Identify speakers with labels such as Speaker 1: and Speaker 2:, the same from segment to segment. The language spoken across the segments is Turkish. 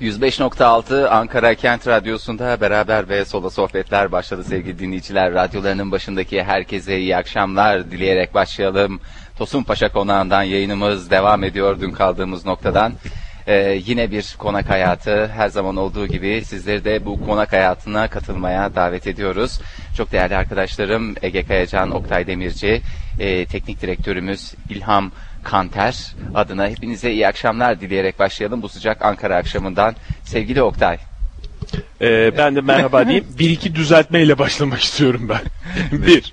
Speaker 1: 105.6 Ankara Kent Radyosu'nda beraber ve sola sohbetler başladı sevgili dinleyiciler. Radyolarının başındaki herkese iyi akşamlar dileyerek başlayalım. Tosun Paşa Konağı'ndan yayınımız devam ediyor dün kaldığımız noktadan. Ee, yine bir konak hayatı her zaman olduğu gibi sizleri de bu konak hayatına katılmaya davet ediyoruz. Çok değerli arkadaşlarım Ege Kayacan, Oktay Demirci, e, teknik direktörümüz İlham Kanter adına hepinize iyi akşamlar dileyerek başlayalım bu sıcak Ankara akşamından. Sevgili Oktay.
Speaker 2: Ee, ben de merhaba diyeyim. Bir iki düzeltmeyle başlamak istiyorum ben. Bir.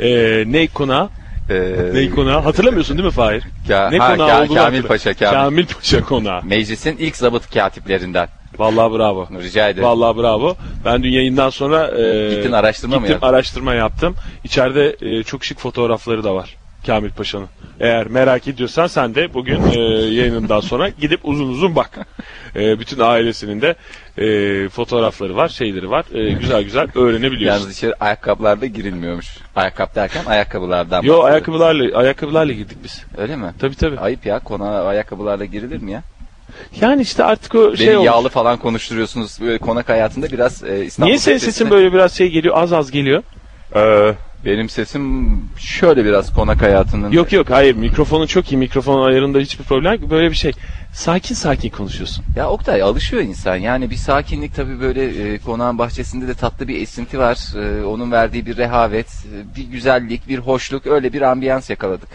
Speaker 2: Ee, ne konağı?
Speaker 1: Ee,
Speaker 2: Ne konağı? Hatırlamıyorsun değil mi Fahir?
Speaker 1: Ka-
Speaker 2: ne
Speaker 1: ha,
Speaker 2: konağı
Speaker 1: Ka-
Speaker 2: olduğunu
Speaker 1: Kamil
Speaker 2: hatırla.
Speaker 1: Paşa, Kamil.
Speaker 2: Paşa konağı.
Speaker 1: Meclisin ilk zabıt katiplerinden.
Speaker 2: Vallahi bravo.
Speaker 1: Rica ederim.
Speaker 2: Vallahi bravo. Ben dün yayından sonra e,
Speaker 1: Gittin araştırma mı
Speaker 2: gittim,
Speaker 1: yaptın?
Speaker 2: araştırma yaptım. İçeride e, çok şık fotoğrafları da var Kamil Paşa'nın. Eğer merak ediyorsan sen de bugün e, yayınından sonra gidip uzun uzun bak. E, bütün ailesinin de e, fotoğrafları var, şeyleri var. E, güzel güzel öğrenebiliyorsun.
Speaker 1: Yalnız içeri ayakkabılarla girilmiyormuş. Ayakkabı derken ayakkabılardan.
Speaker 2: Yo
Speaker 1: bahsediyorum.
Speaker 2: ayakkabılarla ayakkabılarla girdik biz.
Speaker 1: Öyle mi?
Speaker 2: Tabii tabii.
Speaker 1: Ayıp ya konağa ayakkabılarla girilir mi ya?
Speaker 2: Yani işte artık o şey
Speaker 1: Beni
Speaker 2: olmuş.
Speaker 1: yağlı falan konuşturuyorsunuz. Böyle konak hayatında biraz e, İstanbul
Speaker 2: Niye senin
Speaker 1: Belediyesi'ne-
Speaker 2: sesin böyle biraz şey geliyor, az az geliyor?
Speaker 1: Benim sesim şöyle biraz konak hayatının.
Speaker 2: Yok yok hayır mikrofonu çok iyi mikrofonun ayarında hiçbir problem yok böyle bir şey. Sakin sakin konuşuyorsun.
Speaker 1: Ya Oktay alışıyor insan. Yani bir sakinlik tabii böyle e, konağın bahçesinde de tatlı bir esinti var. E, onun verdiği bir rehavet, e, bir güzellik, bir hoşluk öyle bir ambiyans yakaladık.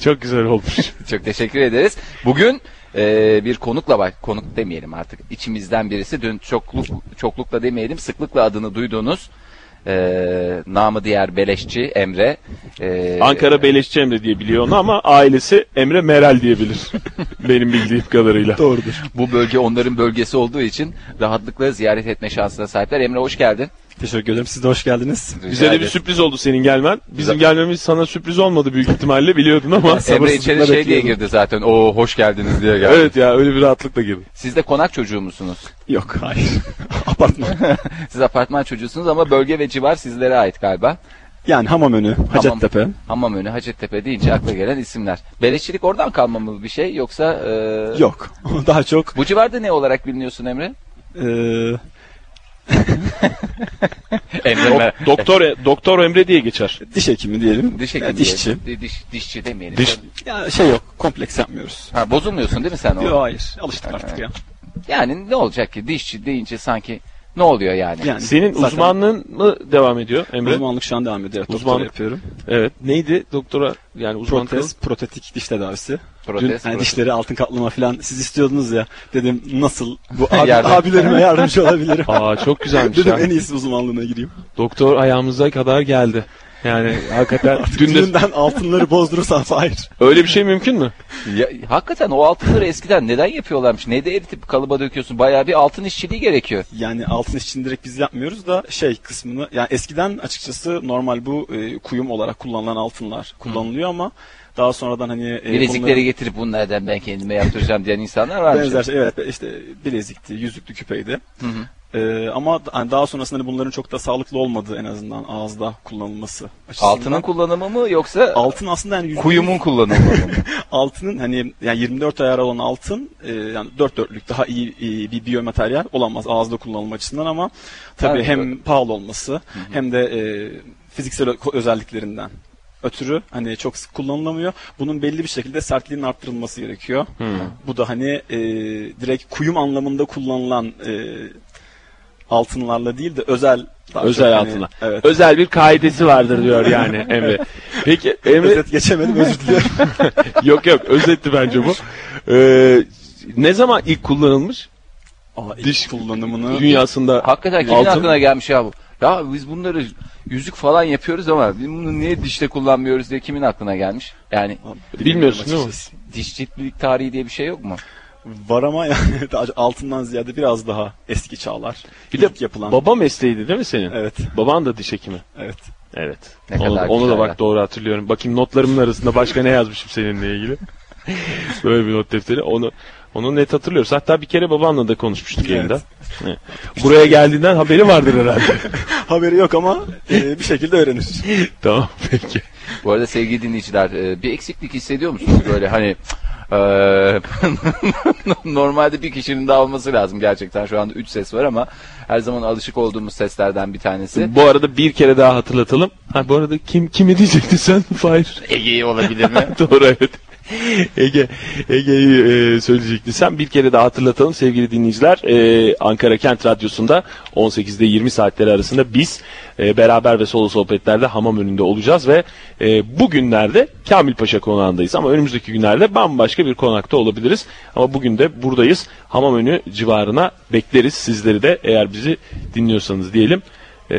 Speaker 2: Çok güzel olmuş.
Speaker 1: Çok teşekkür ederiz. Bugün e, bir konukla bak konuk demeyelim artık. İçimizden birisi dün çokluk çoklukla demeyelim sıklıkla adını duyduğunuz e, namı diğer beleşçi Emre. E,
Speaker 2: Ankara Beleşçi Emre diye biliyor onu ama ailesi Emre Meral diyebilir. Benim bildiğim kadarıyla. Doğrudur.
Speaker 1: Bu bölge onların bölgesi olduğu için rahatlıkla ziyaret etme şansına sahipler. Emre hoş geldin.
Speaker 3: Teşekkür ederim. Siz de hoş geldiniz.
Speaker 1: Rica
Speaker 2: Bize de bir
Speaker 1: ederim.
Speaker 2: sürpriz oldu senin gelmen. Bizim
Speaker 1: Güzel.
Speaker 2: gelmemiz sana sürpriz olmadı büyük ihtimalle biliyordun ama.
Speaker 1: Emre içeri şey diye
Speaker 3: bekliyordum.
Speaker 1: girdi zaten. Oo hoş geldiniz diye geldi.
Speaker 2: Evet ya öyle bir rahatlıkla girdi.
Speaker 1: Siz de konak çocuğu musunuz?
Speaker 3: Yok, hayır. Apartman.
Speaker 1: Siz apartman çocuğusunuz ama bölge ve civar sizlere ait galiba.
Speaker 3: Yani hamam önü, Hacettepe.
Speaker 1: Hamam önü, Hacettepe deyince akla gelen isimler. Beleşçilik oradan kalma mı bir şey yoksa... e,
Speaker 3: Yok. Daha çok e,
Speaker 1: Bu civarda ne olarak biliniyorsun Emre?
Speaker 3: eee,
Speaker 1: Emre
Speaker 2: Dok- doktor E- doktor Emre diye geçer.
Speaker 3: diş hekimi diyelim.
Speaker 1: Diş
Speaker 3: Ya,
Speaker 1: hekimi.
Speaker 3: dişçi.
Speaker 1: diyelim. Di- Diş, dişçi demeyelim.
Speaker 2: Diş
Speaker 3: Ya şey yok, kompleks yapmıyoruz.
Speaker 1: Ha, bozulmuyorsun değil mi sen?
Speaker 3: Yok
Speaker 1: o?
Speaker 3: hayır, alıştık artık ya.
Speaker 1: Yani ne olacak ki? Dişçi deyince sanki ne oluyor yani?
Speaker 3: Yani
Speaker 2: senin
Speaker 3: Hani zaten
Speaker 2: uzmanlığın mı devam ediyor Emre?
Speaker 3: uzmanlık şu an devam ediyor. Evet, doktora
Speaker 2: Uzmanlık.
Speaker 3: yapıyorum.
Speaker 2: Evet. Neydi doktora yani uzman
Speaker 3: Protez, protetik diş tedavisi.
Speaker 1: Protez,
Speaker 3: Hani
Speaker 1: protez.
Speaker 3: dişleri altın kaplama falan siz istiyordunuz ya. Dedim nasıl bu abi,
Speaker 1: Yardım.
Speaker 3: abilerime yardımcı olabilirim.
Speaker 2: Aa çok güzelmiş
Speaker 3: Dedim
Speaker 2: ya.
Speaker 3: en iyisi uzmanlığına gireyim.
Speaker 2: Doktor ayağımıza kadar geldi. Yani hakikaten dün de-
Speaker 3: Dünden altınları bozdurursan hayır.
Speaker 2: öyle bir şey mümkün mü?
Speaker 1: Ya, hakikaten o altınları eskiden neden yapıyorlarmış? Ne de eritip kalıba döküyorsun? Bayağı bir altın işçiliği gerekiyor.
Speaker 3: Yani altın için direkt biz yapmıyoruz da şey kısmını yani eskiden açıkçası normal bu e, kuyum olarak kullanılan altınlar kullanılıyor ama daha sonradan hani e,
Speaker 1: Bilezikleri getirip bunlardan ben kendime yaptıracağım diyen insanlar varmış.
Speaker 3: benzer şey evet işte bilezikti, yüzüklü küpeydi. E, ama da- hani daha sonrasında hani bunların çok da sağlıklı olmadığı en azından ağızda kullanılması açısından.
Speaker 1: Altının kullanımı mı yoksa
Speaker 3: altın aslında yani yüzde-
Speaker 1: kuyumun kullanımı mı?
Speaker 3: altının hani yani 24 ayar olan altın e, yani 4 dörtlük daha iyi, iyi bir biyomateryal olamaz ağızda kullanılma açısından ama tabii
Speaker 1: Evet,
Speaker 3: hem
Speaker 1: evet.
Speaker 3: pahalı olması hem de e, fiziksel ö- özelliklerinden ötürü hani çok sık kullanılamıyor. Bunun belli bir şekilde sertliğinin arttırılması gerekiyor. Bu da hani e, direkt kuyum anlamında kullanılan e, altınlarla değil de özel daha çok
Speaker 2: Özel
Speaker 3: hani-
Speaker 2: altına.
Speaker 3: Evet.
Speaker 2: Özel bir kaidesi vardır diyor yani Emre. Peki Emre
Speaker 3: Özet geçemedim özür diliyorum.
Speaker 2: yok yok özetti bence bu. Ee, ne zaman ilk kullanılmış
Speaker 3: Aa, ilk
Speaker 2: Diş
Speaker 3: kullanımını
Speaker 2: dünyasında?
Speaker 1: Hakikaten kimin
Speaker 2: Altın-
Speaker 1: aklına gelmiş ya bu? Ya biz bunları yüzük falan yapıyoruz ama biz bunu niye dişte kullanmıyoruz diye kimin aklına gelmiş? Yani
Speaker 2: Bilmiyorsun değil mi?
Speaker 3: açıkçası.
Speaker 1: dişçilik tarihi diye bir şey yok mu?
Speaker 3: Var ama yani daha altından ziyade biraz daha eski çağlar.
Speaker 2: Bir de
Speaker 3: İlk yapılan.
Speaker 2: baba mesleğiydi değil mi senin?
Speaker 3: Evet,
Speaker 2: Baban da diş hekimi.
Speaker 3: evet.
Speaker 2: Evet.
Speaker 1: Ne
Speaker 2: onu,
Speaker 1: kadar
Speaker 2: onu
Speaker 1: güzel
Speaker 2: da bak
Speaker 1: ya.
Speaker 2: doğru hatırlıyorum. Bakayım notlarımın arasında başka ne yazmışım seninle ilgili. Böyle bir not defteri. Onu onu net hatırlıyoruz. Hatta bir kere babanla da konuşmuştuk
Speaker 3: Evet.
Speaker 2: yayında. Evet. Buraya geldiğinden haberi vardır herhalde.
Speaker 3: Haberi yok ama e, bir şekilde öğrenir.
Speaker 2: tamam peki.
Speaker 1: Bu arada sevgili dinleyiciler e, bir eksiklik hissediyor musunuz böyle hani Ee, normalde bir kişinin daha olması lazım gerçekten. Şu anda 3 ses var ama her zaman alışık olduğumuz seslerden bir tanesi.
Speaker 2: Bu arada bir kere daha hatırlatalım. Ha bu arada kim kimi diyecektin sen? Fahir.
Speaker 1: Ege'yi olabilir mi?
Speaker 2: Doğru evet. Ege Ege'yi e, söyleyecektin sen. Bir kere daha hatırlatalım sevgili dinleyiciler. E, Ankara Kent Radyosu'nda 18'de 20 saatleri arasında biz e, beraber ve solo sohbetlerde hamam önünde olacağız ve e, bugünlerde Kamil Paşa konağındayız ama önümüzdeki günlerde bambaşka bir konakta olabiliriz. Ama bugün de buradayız. Hamam önü civarına bekleriz sizleri de eğer bizi dinliyorsanız diyelim. Ee,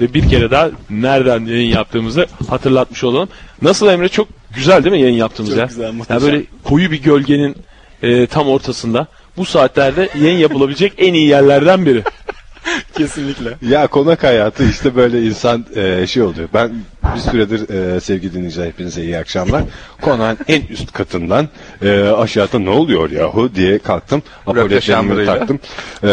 Speaker 2: ve bir kere daha nereden yayın yaptığımızı hatırlatmış olalım. Nasıl Emre çok güzel değil mi yayın yaptığımız
Speaker 3: Çok
Speaker 2: ya?
Speaker 3: güzel, muhteşem.
Speaker 2: ya böyle koyu bir gölgenin e, tam ortasında bu saatlerde yayın yapılabilecek en iyi yerlerden biri.
Speaker 3: Kesinlikle.
Speaker 4: Ya konak hayatı işte böyle insan e, şey oluyor. Ben bir süredir e, sevgili dinleyiciler hepinize iyi akşamlar. Konağın en üst katından e, aşağıda ne oluyor yahu diye kalktım. Apoletlerimi
Speaker 1: Şamrı'yla.
Speaker 4: taktım. E,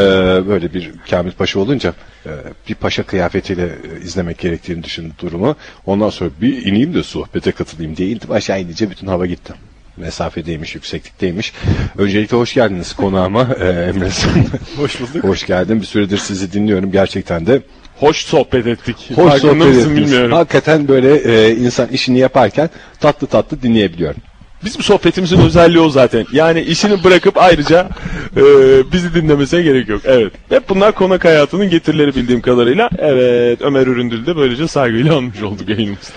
Speaker 4: böyle bir Kamil Paşa olunca e, bir paşa kıyafetiyle e, izlemek gerektiğini düşündüm durumu. Ondan sonra bir ineyim de sohbete katılayım diye indim. Aşağı inince bütün hava gitti. Mesafedeymiş, yükseklikteymiş. Öncelikle hoş geldiniz konağıma e, Emre sen.
Speaker 3: Hoş bulduk.
Speaker 4: Hoş geldin. Bir süredir sizi dinliyorum. Gerçekten de
Speaker 2: Hoş sohbet ettik.
Speaker 4: hoş
Speaker 2: Farkında
Speaker 4: sohbet
Speaker 2: mısın
Speaker 4: ettiniz.
Speaker 2: bilmiyorum.
Speaker 4: Hakikaten böyle e, insan işini yaparken tatlı tatlı dinleyebiliyorum.
Speaker 2: Bizim sohbetimizin özelliği o zaten. Yani işini bırakıp ayrıca e, bizi dinlemesine gerek yok. Evet. Hep bunlar konak hayatının getirileri bildiğim kadarıyla. Evet. Ömer Üründül'ü de böylece saygıyla almış olduk yayınımızda.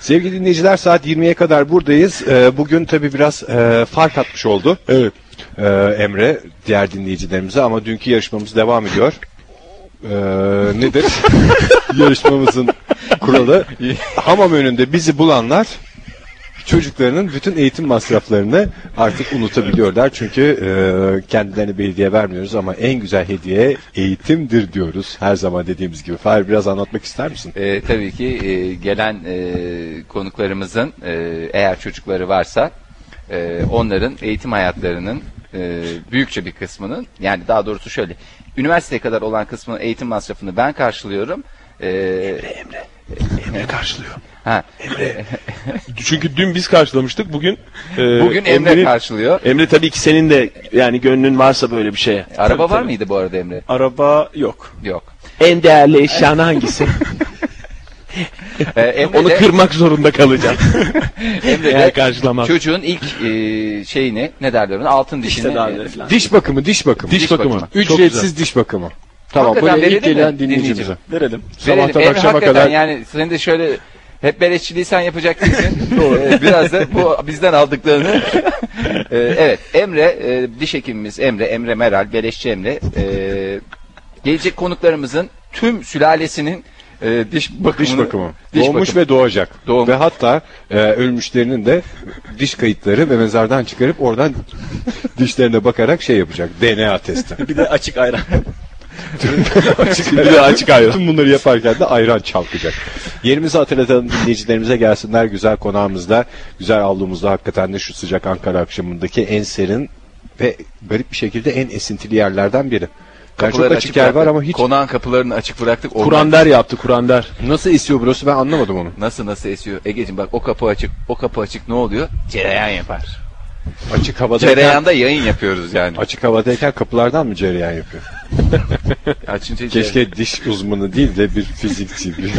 Speaker 4: Sevgili dinleyiciler saat 20'ye kadar buradayız. E, bugün tabii biraz e, fark atmış oldu
Speaker 2: Evet.
Speaker 4: e, Emre diğer dinleyicilerimize ama dünkü yarışmamız devam ediyor. E, nedir? Yarışmamızın kuralı hamam önünde bizi bulanlar çocuklarının bütün eğitim masraflarını artık unutabiliyorlar. Çünkü e, kendilerine bir hediye vermiyoruz ama en güzel hediye eğitimdir diyoruz. Her zaman dediğimiz gibi. Fahir biraz anlatmak ister misin?
Speaker 1: E, tabii ki e, gelen e, konuklarımızın e, eğer çocukları varsa e, onların eğitim hayatlarının e, büyükçe bir kısmının yani daha doğrusu şöyle üniversiteye kadar olan kısmının eğitim masrafını ben karşılıyorum. E,
Speaker 2: Ne karşılıyor?
Speaker 1: ha,
Speaker 2: Çünkü dün biz karşılamıştık. Bugün e,
Speaker 1: bugün Emre
Speaker 2: Emre'nin-
Speaker 1: karşılıyor.
Speaker 2: Emre tabii ki senin de yani gönlün varsa böyle bir şeye.
Speaker 1: Araba
Speaker 3: tabii,
Speaker 1: var
Speaker 3: tabii.
Speaker 1: mıydı bu arada Emre?
Speaker 3: Araba yok.
Speaker 1: Yok.
Speaker 2: En değerli eşyan hangisi?
Speaker 1: E, Emre
Speaker 2: Onu
Speaker 1: de-
Speaker 2: kırmak zorunda kalacak.
Speaker 1: Emre de
Speaker 2: Eğer karşılamaz.
Speaker 1: çocuğun ilk e, şeyini ne derler ona altın dişini.
Speaker 3: tedavileri falan.
Speaker 4: Diş bakımı, diş bakımı.
Speaker 2: Diş bakımı.
Speaker 1: bakımı.
Speaker 2: Çok güzel.
Speaker 4: Ücretsiz diş bakımı. Tamam,
Speaker 1: Hakikaten
Speaker 4: böyle ilk
Speaker 1: verelim mi
Speaker 4: gelen
Speaker 1: dinleyicimize?
Speaker 4: dinleyicimize.
Speaker 3: Verelim.
Speaker 1: Verelim.
Speaker 4: Sabahtan
Speaker 1: Emre,
Speaker 4: akşama
Speaker 1: hakikaten
Speaker 4: kadar
Speaker 1: yani senin de şöyle hep beleşçiliği sen yapacak değilsin. Ee, Biraz da bu bizden aldıklarını. Ee, evet Emre e, diş hekimimiz Emre Emre Meral beleşçi Emre e, gelecek konuklarımızın tüm sülalesinin e, diş bakımını
Speaker 4: Diş bakımı.
Speaker 1: Diş
Speaker 4: Doğmuş
Speaker 1: bakımı.
Speaker 4: ve doğacak.
Speaker 1: Doğum-
Speaker 4: Ve hatta e, ölmüşlerinin de diş kayıtları ve mezardan çıkarıp oradan dişlerine bakarak şey yapacak. DNA testi.
Speaker 3: Bir de açık ayran.
Speaker 4: açık
Speaker 2: de açık ayran.
Speaker 4: Tüm bunları yaparken de ayran çalkacak. Yerimizi hatırlatalım dinleyicilerimize gelsinler. Güzel konağımızda, güzel avlumuzda hakikaten de şu sıcak Ankara akşamındaki en serin ve garip bir şekilde en esintili yerlerden biri. Yani çok
Speaker 1: Kapıları
Speaker 4: açık, yer var
Speaker 1: bıraktık.
Speaker 4: ama hiç
Speaker 1: Konağın kapılarını açık bıraktık. Oradan-
Speaker 2: Kur'ander yaptı Kur'ander.
Speaker 4: nasıl esiyor burası ben anlamadım onu.
Speaker 1: Nasıl nasıl esiyor? Ege'cim bak o kapı açık, o kapı açık ne oluyor? Cereyan yapar.
Speaker 4: Açık havadayken,
Speaker 1: Cereyanda yayın yapıyoruz yani.
Speaker 4: açık havadayken kapılardan mı cereyan yapıyor?
Speaker 1: Açınca
Speaker 4: Keşke diş uzmanı değil de bir fizikçi, bir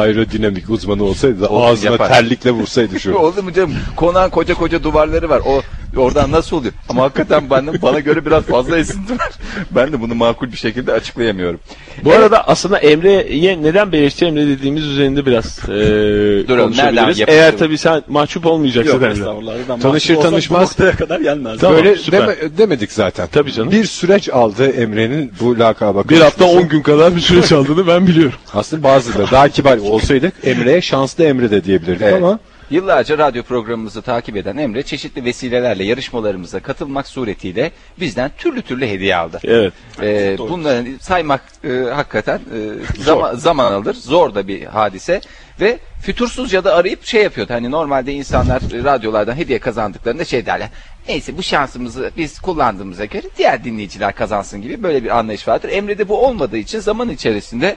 Speaker 4: aerodinamik uzmanı olsaydı da
Speaker 1: Onu
Speaker 4: ağzına
Speaker 1: yapar.
Speaker 4: terlikle vursaydı
Speaker 1: Yok,
Speaker 4: şu.
Speaker 1: Oldu mu canım? Konağın koca koca duvarları var. O oradan nasıl oluyor? Ama hakikaten bana, bana göre biraz fazla esinti var. Ben de bunu makul bir şekilde açıklayamıyorum.
Speaker 2: Bu arada aslında Emre'ye neden Beleşçi Emre dediğimiz üzerinde biraz e,
Speaker 1: nereden
Speaker 2: konuşabiliriz.
Speaker 1: yapıştırdık?
Speaker 2: Eğer tabii sen mahcup olmayacaksın
Speaker 3: Yok
Speaker 2: Emre.
Speaker 3: estağfurullah. Ben
Speaker 4: Tanışır
Speaker 3: mahcup olsam
Speaker 4: tanışmaz-
Speaker 3: Bu noktaya kadar gelmez.
Speaker 2: Tamam,
Speaker 4: Böyle
Speaker 2: süper.
Speaker 4: deme- demedik zaten.
Speaker 2: Tabii canım.
Speaker 4: Bir süreç aldı Emre'nin bu lakaba.
Speaker 2: Bir hafta
Speaker 4: kavuşması.
Speaker 2: 10 gün kadar bir süreç aldığını ben biliyorum.
Speaker 4: Aslında bazıları daha kibar olsaydık Emre'ye şanslı Emre de diyebilirdik
Speaker 1: Evet.
Speaker 4: ama
Speaker 1: Yıllarca radyo programımızı takip eden Emre çeşitli vesilelerle yarışmalarımıza katılmak suretiyle bizden türlü türlü hediye aldı.
Speaker 2: Evet.
Speaker 1: Ee, bunların saymak e, hakikaten e, zama- zaman alır. Zor da bir hadise ve fütursuzca da arayıp şey yapıyordu. Hani normalde insanlar e, radyolardan hediye kazandıklarında şey derler. Neyse bu şansımızı biz kullandığımıza göre diğer dinleyiciler kazansın gibi böyle bir anlayış vardır. Emre'de bu olmadığı için zaman içerisinde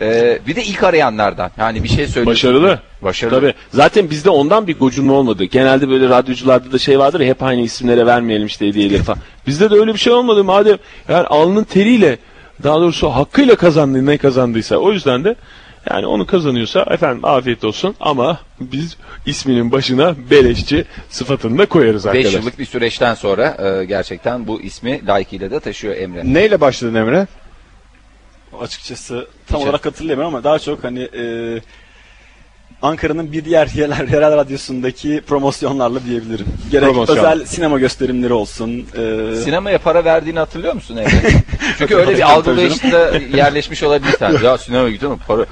Speaker 1: Ee, bir de ilk arayanlardan. Yani bir şey söylüyor.
Speaker 5: Başarılı.
Speaker 1: Başarılı.
Speaker 2: Tabii. Zaten bizde ondan bir gocunma olmadı. Genelde böyle radyocularda da şey vardır ya, hep aynı isimlere vermeyelim işte hediyeleri falan. Bizde de öyle bir şey olmadı. Madem yani alnın teriyle daha doğrusu hakkıyla kazandığı ne kazandıysa o yüzden de yani onu kazanıyorsa efendim afiyet olsun ama biz isminin başına beleşçi sıfatını da koyarız
Speaker 1: 5
Speaker 2: arkadaşlar.
Speaker 1: yıllık bir süreçten sonra e, gerçekten bu ismi layıkıyla da taşıyor Emre.
Speaker 4: Neyle başladın Emre?
Speaker 3: Açıkçası tam olarak hatırlayamıyorum ama daha çok hani e, Ankara'nın bir diğer yerel, yerel radyosundaki promosyonlarla diyebilirim. Gerek
Speaker 4: Promosyon.
Speaker 3: özel sinema gösterimleri olsun. e,
Speaker 1: Sinemaya para verdiğini hatırlıyor musun Emre? Çünkü öyle bir algılayışta yerleşmiş olabilir sen. Ya sinemaya gidiyorum para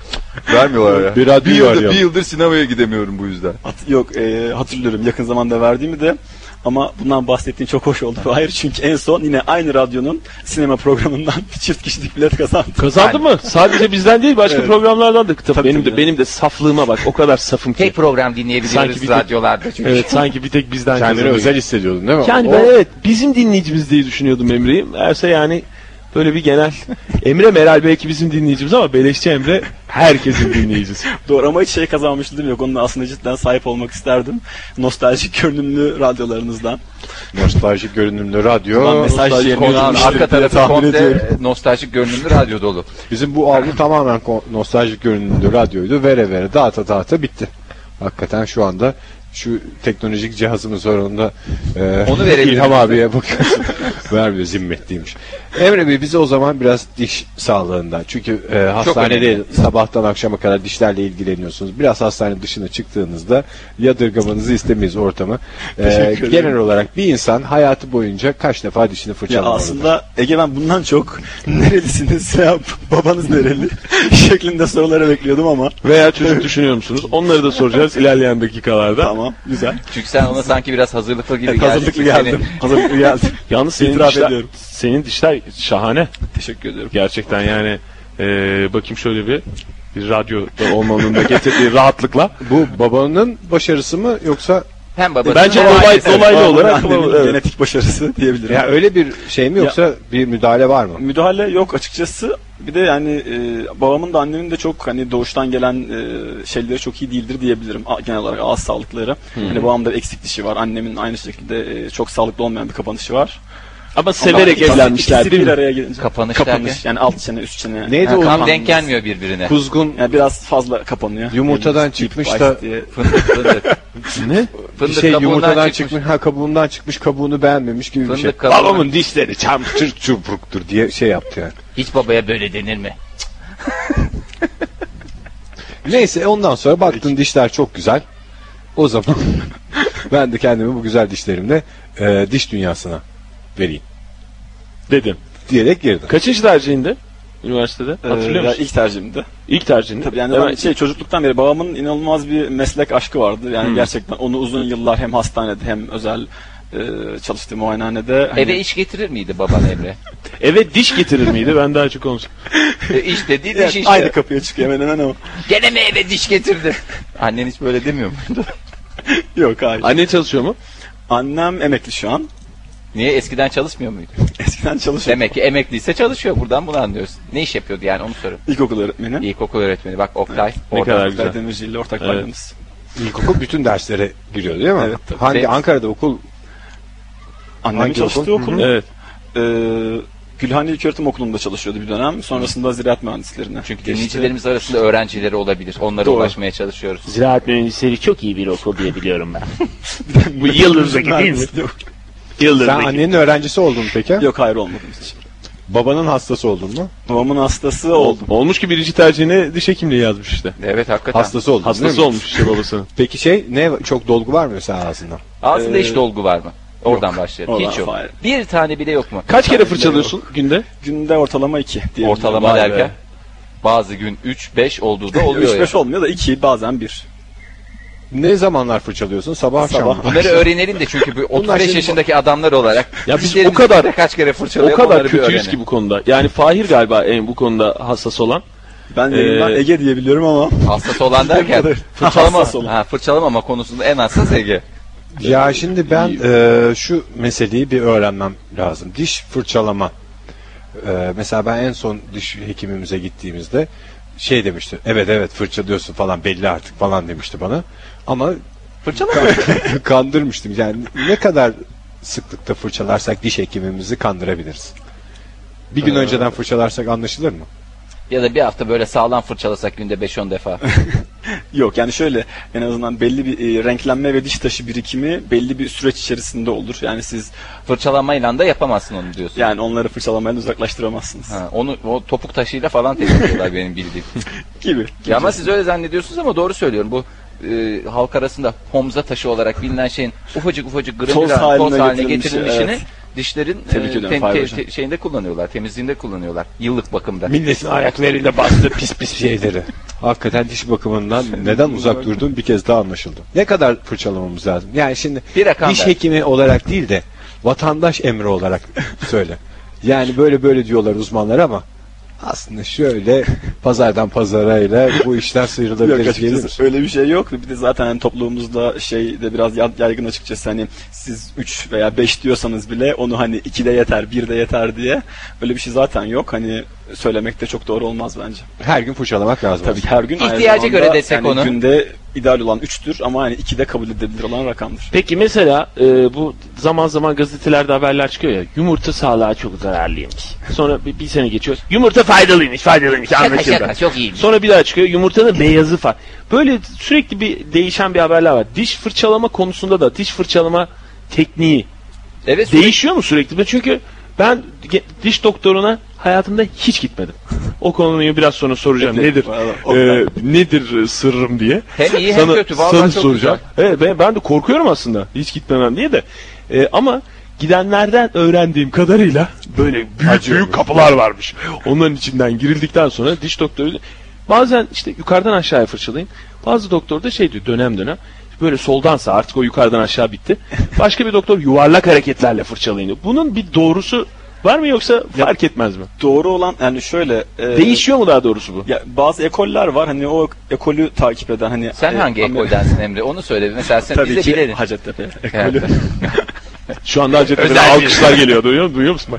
Speaker 1: vermiyorlar ya.
Speaker 4: Bir radyo var ya.
Speaker 1: yıldır sinemaya gidemiyorum bu yüzden.
Speaker 3: Hat- yok e, hatırlıyorum yakın zamanda verdiğimi de ama bundan bahsettiğin çok hoş oldu Hayır çünkü en son yine aynı radyonun sinema programından çift kişilik bilet kazandım.
Speaker 2: Kazandı mı? Sadece bizden değil başka
Speaker 3: Evet.
Speaker 2: programlardan da tabii,
Speaker 3: Tabii,
Speaker 2: benim de
Speaker 3: tabii.
Speaker 2: benim de saflığıma bak. O kadar safım ki.
Speaker 1: Tek program
Speaker 2: Sanki
Speaker 1: dinleyebiliyoruz
Speaker 2: bir tek-
Speaker 1: radyolarda çünkü.
Speaker 2: Evet sanki bir tek bizden
Speaker 4: Kendini
Speaker 2: kazanıyor.
Speaker 4: özel hissediyordun değil mi?
Speaker 2: Yani
Speaker 4: O-
Speaker 2: ben evet bizim dinleyicimiz diye düşünüyordum Emre'yi. Erse yani böyle bir genel. Emre Meral belki bizim dinleyicimiz ama Beleşçi Emre herkesin dinleyicisi.
Speaker 3: Doğru ama hiç şey kazanmıştım yok. Onunla aslında cidden sahip olmak isterdim. Nostaljik görünümlü radyolarınızdan.
Speaker 4: Nostaljik görünümlü
Speaker 3: Ulan
Speaker 4: radyo.
Speaker 3: mesaj
Speaker 4: nostaljik
Speaker 3: yerine
Speaker 4: konuşma.
Speaker 1: Konağın
Speaker 3: Konuştuk
Speaker 1: arka
Speaker 3: diye
Speaker 1: tarafı
Speaker 3: tahmin
Speaker 1: komple
Speaker 3: ediyorum.
Speaker 1: nostaljik görünümlü radyo dolu.
Speaker 4: Bizim bu algı tamamen ko- nostaljik görünümlü radyoydu. Vere vere dağıta dağıta bitti. Hakikaten şu anda şu teknolojik cihazımız var onda e,
Speaker 1: Onu verelim.
Speaker 4: İlham abiye bakıyorsun. Vermiyor zimmetliymiş. Emre Bey bize o zaman biraz diş sağlığından. Çünkü e, hastanede
Speaker 1: önemli.
Speaker 4: sabahtan akşama kadar dişlerle ilgileniyorsunuz. Biraz hastane dışına çıktığınızda yadırgamanızı istemeyiz ortamı. E,
Speaker 3: Teşekkür ederim.
Speaker 4: genel olarak bir insan hayatı boyunca kaç defa dişini
Speaker 3: Ya
Speaker 4: fırçalamalıdır?
Speaker 3: aslında Ege ben bundan çok nerelisiniz ya babanız nereli şeklinde sorulara bekliyordum ama
Speaker 5: Veya çocuk düşünüyor musunuz? Onları da soracağız ilerleyen dakikalarda.
Speaker 3: tamam güzel.
Speaker 1: Çünkü sen ona sanki biraz hazırlıklı gibi
Speaker 3: Evet,
Speaker 1: geldin.
Speaker 3: hazırlıklı
Speaker 1: Seni-
Speaker 3: geldim. Hazırlıklı geldim.
Speaker 5: Yalnız senin
Speaker 3: İtiraf
Speaker 5: dişler,
Speaker 3: ediyorum.
Speaker 5: senin dişler şahane.
Speaker 3: Teşekkür ediyorum.
Speaker 5: Gerçekten yani e,
Speaker 2: Ee,
Speaker 5: bakayım şöyle bir bir radyoda olmanın da getirdiği rahatlıkla.
Speaker 4: Bu babanın başarısı mı yoksa
Speaker 1: Hem babası
Speaker 5: Bence
Speaker 1: hem
Speaker 5: olay-
Speaker 1: ailesi.
Speaker 5: olay- Dolaylı
Speaker 3: Babanın,
Speaker 5: olarak-
Speaker 3: annemin
Speaker 5: Evet.
Speaker 3: genetik başarısı diyebilirim.
Speaker 4: Ya öyle bir şey mi yoksa bir müdahale var mı?
Speaker 3: Müdahale yok açıkçası. Bir de yani e, babamın da annemin de çok hani doğuştan gelen e, şeyleri çok iyi değildir diyebilirim A- genel olarak ağız sağlıkları. Hani babamda eksik dişi var. Annemin aynı şekilde e, çok sağlıklı olmayan bir kapanışı var.
Speaker 2: Ama severek
Speaker 3: Onlar-
Speaker 2: evlenmişler
Speaker 3: İkisi
Speaker 2: değil
Speaker 3: bir
Speaker 2: mi?
Speaker 3: araya gelince.
Speaker 1: Kapanış derken?
Speaker 3: yani alt çene üst çene.
Speaker 4: Neydi
Speaker 1: Ha,
Speaker 4: o
Speaker 1: tam
Speaker 3: kapanmış.
Speaker 1: denk gelmiyor birbirine.
Speaker 4: Kuzgun
Speaker 3: Yani biraz fazla kapanıyor.
Speaker 4: Yumurtadan
Speaker 3: Yani,
Speaker 4: çıkmış
Speaker 3: Deep
Speaker 4: da-
Speaker 3: Ice diye.
Speaker 1: Fındık fındık.
Speaker 4: ne? Bir
Speaker 1: Fındık
Speaker 4: şey
Speaker 1: kabuğundan
Speaker 4: yumurtadan
Speaker 1: çıkmış.
Speaker 4: çıkmış. ha kabuğundan çıkmış kabuğunu beğenmemiş gibi bir şey.
Speaker 1: Fındık kabuğundan-
Speaker 4: Babamın dişleri çamçır çubruktur diye şey yaptı yani.
Speaker 1: Hiç babaya böyle denir mi?
Speaker 4: Neyse ondan sonra baktın dişler çok güzel. O zaman ben de kendimi bu güzel dişlerimle e, diş dünyasına vereyim
Speaker 2: Dedim.
Speaker 4: diyerek girdim.
Speaker 2: Kaçıncı tercihinde? Üniversitede. Hatırlıyor
Speaker 3: Ee,
Speaker 2: musun?
Speaker 3: ilk tercihimdi.
Speaker 2: İlk tercihinde.
Speaker 3: Tabii yani
Speaker 2: Hemen-
Speaker 3: ben şey çocukluktan beri babamın inanılmaz bir meslek aşkı vardı. Yani gerçekten onu uzun yıllar hem hastanede hem özel e, çalıştığı muayenehanede hani
Speaker 1: Eve iş getirir miydi baban Emre?
Speaker 2: Eve diş getirir miydi? Ben daha açık olmuş.
Speaker 1: E, iş dediği
Speaker 3: Yani
Speaker 1: diş işte.
Speaker 3: aynı kapıya çıkıyor hemen hemen ama
Speaker 1: Gene mi eve diş getirdi? Annen hiç böyle demiyor mu?
Speaker 3: yok hayır.
Speaker 2: Anne çalışıyor mu?
Speaker 3: Annem emekli şu an.
Speaker 1: Niye eskiden çalışmıyor muydu?
Speaker 3: Eskiden çalışıyor.
Speaker 1: Demek ki emekliyse çalışıyor. Buradan bunu anlıyoruz. Ne iş yapıyordu yani onu sorun.
Speaker 3: İlkokul öğretmeni.
Speaker 1: İlkokul öğretmeni. Bak Oktay.
Speaker 2: Ne
Speaker 1: orada.
Speaker 2: kadar
Speaker 3: Oktay
Speaker 2: güzel.
Speaker 3: Demirci ile ortak
Speaker 2: Evet.
Speaker 3: paydamız.
Speaker 4: İlkokul bütün derslere giriyor değil mi?
Speaker 3: Evet, tabii.
Speaker 4: Hangi
Speaker 1: Ve-
Speaker 4: Ankara'da okul
Speaker 3: Annemin
Speaker 4: Hangi
Speaker 3: çalıştığı okul.
Speaker 2: Evet.
Speaker 3: Ee, Gülhane İlköğretim Okulu'nda çalışıyordu bir dönem. Sonrasında ziraat mühendislerine.
Speaker 1: Çünkü
Speaker 3: geçti.
Speaker 1: dinleyicilerimiz arasında öğrencileri olabilir. Onlara
Speaker 3: Doğru.
Speaker 1: ulaşmaya çalışıyoruz.
Speaker 6: Ziraat mühendisleri çok iyi bir okul diye biliyorum ben. Bu Yıldız'daki değil mi?
Speaker 3: Yok,
Speaker 6: Yıldız'daki.
Speaker 4: sen annenin öğrencisi oldun peki?
Speaker 3: yok hayır olmadım hiç.
Speaker 4: Babanın hastası oldun mu?
Speaker 3: Babamın hastası oldum.
Speaker 2: Olmuş ki birinci tercihine diş hekimliği yazmış işte.
Speaker 1: Evet hakikaten.
Speaker 4: Hastası oldun. değil
Speaker 2: Hastası
Speaker 4: mi?
Speaker 2: olmuş işte babasının.
Speaker 4: Peki şey ne çok dolgu var mı mesela ağzında?
Speaker 1: Ağzında
Speaker 3: Ee,
Speaker 1: hiç dolgu var mı? Oradan başlayalım.
Speaker 3: Oradan
Speaker 1: Hiç yok.
Speaker 3: hayır.
Speaker 1: Bir tane bile yok mu?
Speaker 2: Kaç kere fırçalıyorsun günde?
Speaker 3: Günde ortalama iki. diyebilirim.
Speaker 1: Ortalama
Speaker 3: Vay be.
Speaker 1: derken bazı gün 3-5 olduğu da oluyor.
Speaker 3: 3-5
Speaker 1: yani.
Speaker 3: olmuyor da 2 bazen 1.
Speaker 4: Ne zamanlar fırçalıyorsun? Sabah,
Speaker 3: Sabah.
Speaker 4: akşam. mı?
Speaker 1: Bunları öğrenelim de çünkü bu 35
Speaker 4: şimdi-
Speaker 1: yaşındaki adamlar olarak
Speaker 2: Ya biz
Speaker 1: dişlerimizi
Speaker 2: o kadar-
Speaker 1: de kaç kere fırçalayalım
Speaker 2: O kadar
Speaker 1: onları bir
Speaker 2: kötüyüz
Speaker 1: öğrenelim.
Speaker 2: ki bu konuda. Yani Fahir galiba en bu konuda hassas olan.
Speaker 3: Ben yayından
Speaker 2: Ee,
Speaker 3: Ege diye biliyorum ama
Speaker 1: Hassas olan derken
Speaker 3: kadar.
Speaker 1: fırçalama,
Speaker 3: Hassas olan.
Speaker 1: ha, fırçalamama konusunda en hassas Ege.
Speaker 4: Ya şimdi ben e, şu meseleyi bir öğrenmem lazım. Diş fırçalama. E, mesela ben en son diş hekimimize gittiğimizde şey demişti. Evet evet fırçalıyorsun falan belli artık falan demişti bana. Ama kandırmıştım. Yani ne kadar sıklıkta fırçalarsak diş hekimimizi kandırabiliriz. Bir gün önceden fırçalarsak anlaşılır mı?
Speaker 1: Ya da bir hafta böyle sağlam fırçalasak günde 5-10 defa.
Speaker 3: Yok yani şöyle en azından belli bir e, renklenme ve diş taşı birikimi belli bir süreç içerisinde olur. Yani siz
Speaker 1: Fırçalamayla da yapamazsın onu diyorsun.
Speaker 3: yani onları fırçalamayla uzaklaştıramazsınız.
Speaker 1: Ha, onu o topuk taşıyla falan temin ediyorlar benim bildiğim.
Speaker 3: Gibi.
Speaker 1: Ya ama siz öyle zannediyorsunuz ama doğru söylüyorum. Bu e, halk arasında pomza taşı olarak bilinen şeyin ufacık ufacık granül
Speaker 3: Toz
Speaker 1: toz
Speaker 3: haline
Speaker 1: haline,
Speaker 3: getirilmiş,
Speaker 1: getirilmişini
Speaker 3: evet.
Speaker 1: dişlerin
Speaker 3: Tebrik
Speaker 1: e,
Speaker 3: ediyorum
Speaker 1: tem-
Speaker 3: Fahir
Speaker 1: te-
Speaker 3: Hocam.
Speaker 1: te- şeyinde kullanıyorlar. Temizliğinde kullanıyorlar. Yıllık bakımda.
Speaker 4: Milletin ayaklarıyla bastığı pis pis şeyleri. Hakikaten diş bakımından neden uzak durduğum bir kez daha anlaşıldı. Ne kadar fırçalamamız lazım? Yani şimdi
Speaker 1: Bir rakam
Speaker 4: diş
Speaker 1: ver.
Speaker 4: hekimi olarak değil de vatandaş emri olarak söyle. Yani böyle böyle diyorlar uzmanlar ama aslında şöyle pazardan pazarayla bu işten
Speaker 3: Yok
Speaker 4: sıyrılabiliriz gelir
Speaker 3: açıkçası öyle bir şey yok. Bir de zaten hani toplumumuzda şey de biraz ya- yaygın açıkçası hani siz 3 veya 5 diyorsanız bile onu hani 2 de yeter 1 de yeter diye öyle bir şey zaten yok. Hani söylemek de çok doğru olmaz bence.
Speaker 4: Her gün fırçalamak lazım.
Speaker 3: Tabii ki her gün aynı
Speaker 1: İhtiyaca
Speaker 3: zamanda
Speaker 1: göre desek
Speaker 3: yani
Speaker 1: onu.
Speaker 3: günde ideal olan 3'tür ama hani 2 de kabul edilebilir olan rakamdır.
Speaker 2: Peki mesela e, bu zaman zaman gazetelerde haberler çıkıyor ya yumurta sağlığa çok zararlıymış. Sonra bir, bir sene geçiyor. Yumurta faydalıymış, faydalıymış
Speaker 6: Şaka
Speaker 2: anlaşıldı.
Speaker 6: şaka çok iyiymiş.
Speaker 2: Sonra bir daha çıkıyor yumurtanın beyazı falan. Böyle sürekli bir değişen bir haberler var. Diş fırçalama konusunda da diş fırçalama tekniği
Speaker 1: Evet sürekli-
Speaker 2: değişiyor mu sürekli? Çünkü ben ge- diş doktoruna hayatımda hiç gitmedim. O konuyu biraz sonra soracağım. Nedir?
Speaker 3: Valla, o-
Speaker 5: Ee, nedir sırrım diye.
Speaker 1: hem iyi hem
Speaker 5: sana,
Speaker 1: kötü. Vallahi
Speaker 5: sana
Speaker 1: çok
Speaker 5: soracağım.
Speaker 1: güzel.
Speaker 2: Evet ben, ben de korkuyorum aslında hiç gitmemem diye de. Ee, ama gidenlerden öğrendiğim kadarıyla böyle büyük büyük kapılar varmış. Onların içinden girildikten sonra diş doktoru bazen işte yukarıdan aşağıya fırçalayın. Bazı doktor da şey diyor dönem dönem böyle soldansa artık o yukarıdan aşağı bitti. Başka bir doktor yuvarlak hareketlerle fırçalayın diyor. Bunun bir doğrusu var mı yoksa fark etmez mi?
Speaker 3: Doğru olan yani şöyle e,
Speaker 2: Değişiyor mu daha doğrusu bu?
Speaker 3: Ya bazı ekoller var hani o ekolü takip eden hani
Speaker 1: Sen
Speaker 3: e,
Speaker 1: hangi
Speaker 3: Amer-
Speaker 1: ekoldensin Emre? Onu söyle. Mesela sen biz
Speaker 3: Tabii
Speaker 1: de
Speaker 3: ki
Speaker 1: bilelim.
Speaker 3: Hacettepe.
Speaker 1: Evet.
Speaker 2: Şu anda Hacettepe'de
Speaker 1: Özel bir-
Speaker 2: alkışlar geliyor. Duyuyor, duyuyor musun?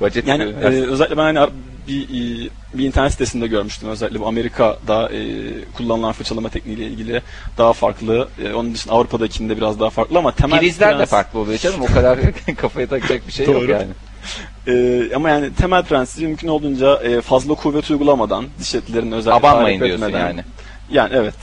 Speaker 1: Bacet-
Speaker 3: Yani e, özellikle ben hani ar- bir, e, bir internet sitesinde görmüştüm özellikle bu Amerika'da e, kullanılan fırçalama tekniğiyle ilgili daha farklı. E, onun dışında Avrupa'dakinde biraz daha farklı ama temel
Speaker 1: Filizler de
Speaker 3: prens-
Speaker 1: farklı oluyor canım. O kadar kafaya takacak bir şey yok
Speaker 3: Doğru.
Speaker 1: yani.
Speaker 3: e, ama yani temel prensibi mümkün olduğunca e, fazla kuvvet uygulamadan diş etlerinin özellikle
Speaker 1: Abanmayın
Speaker 3: tahrip
Speaker 1: diyorsun
Speaker 3: etmeden-
Speaker 1: yani.
Speaker 3: Yani evet.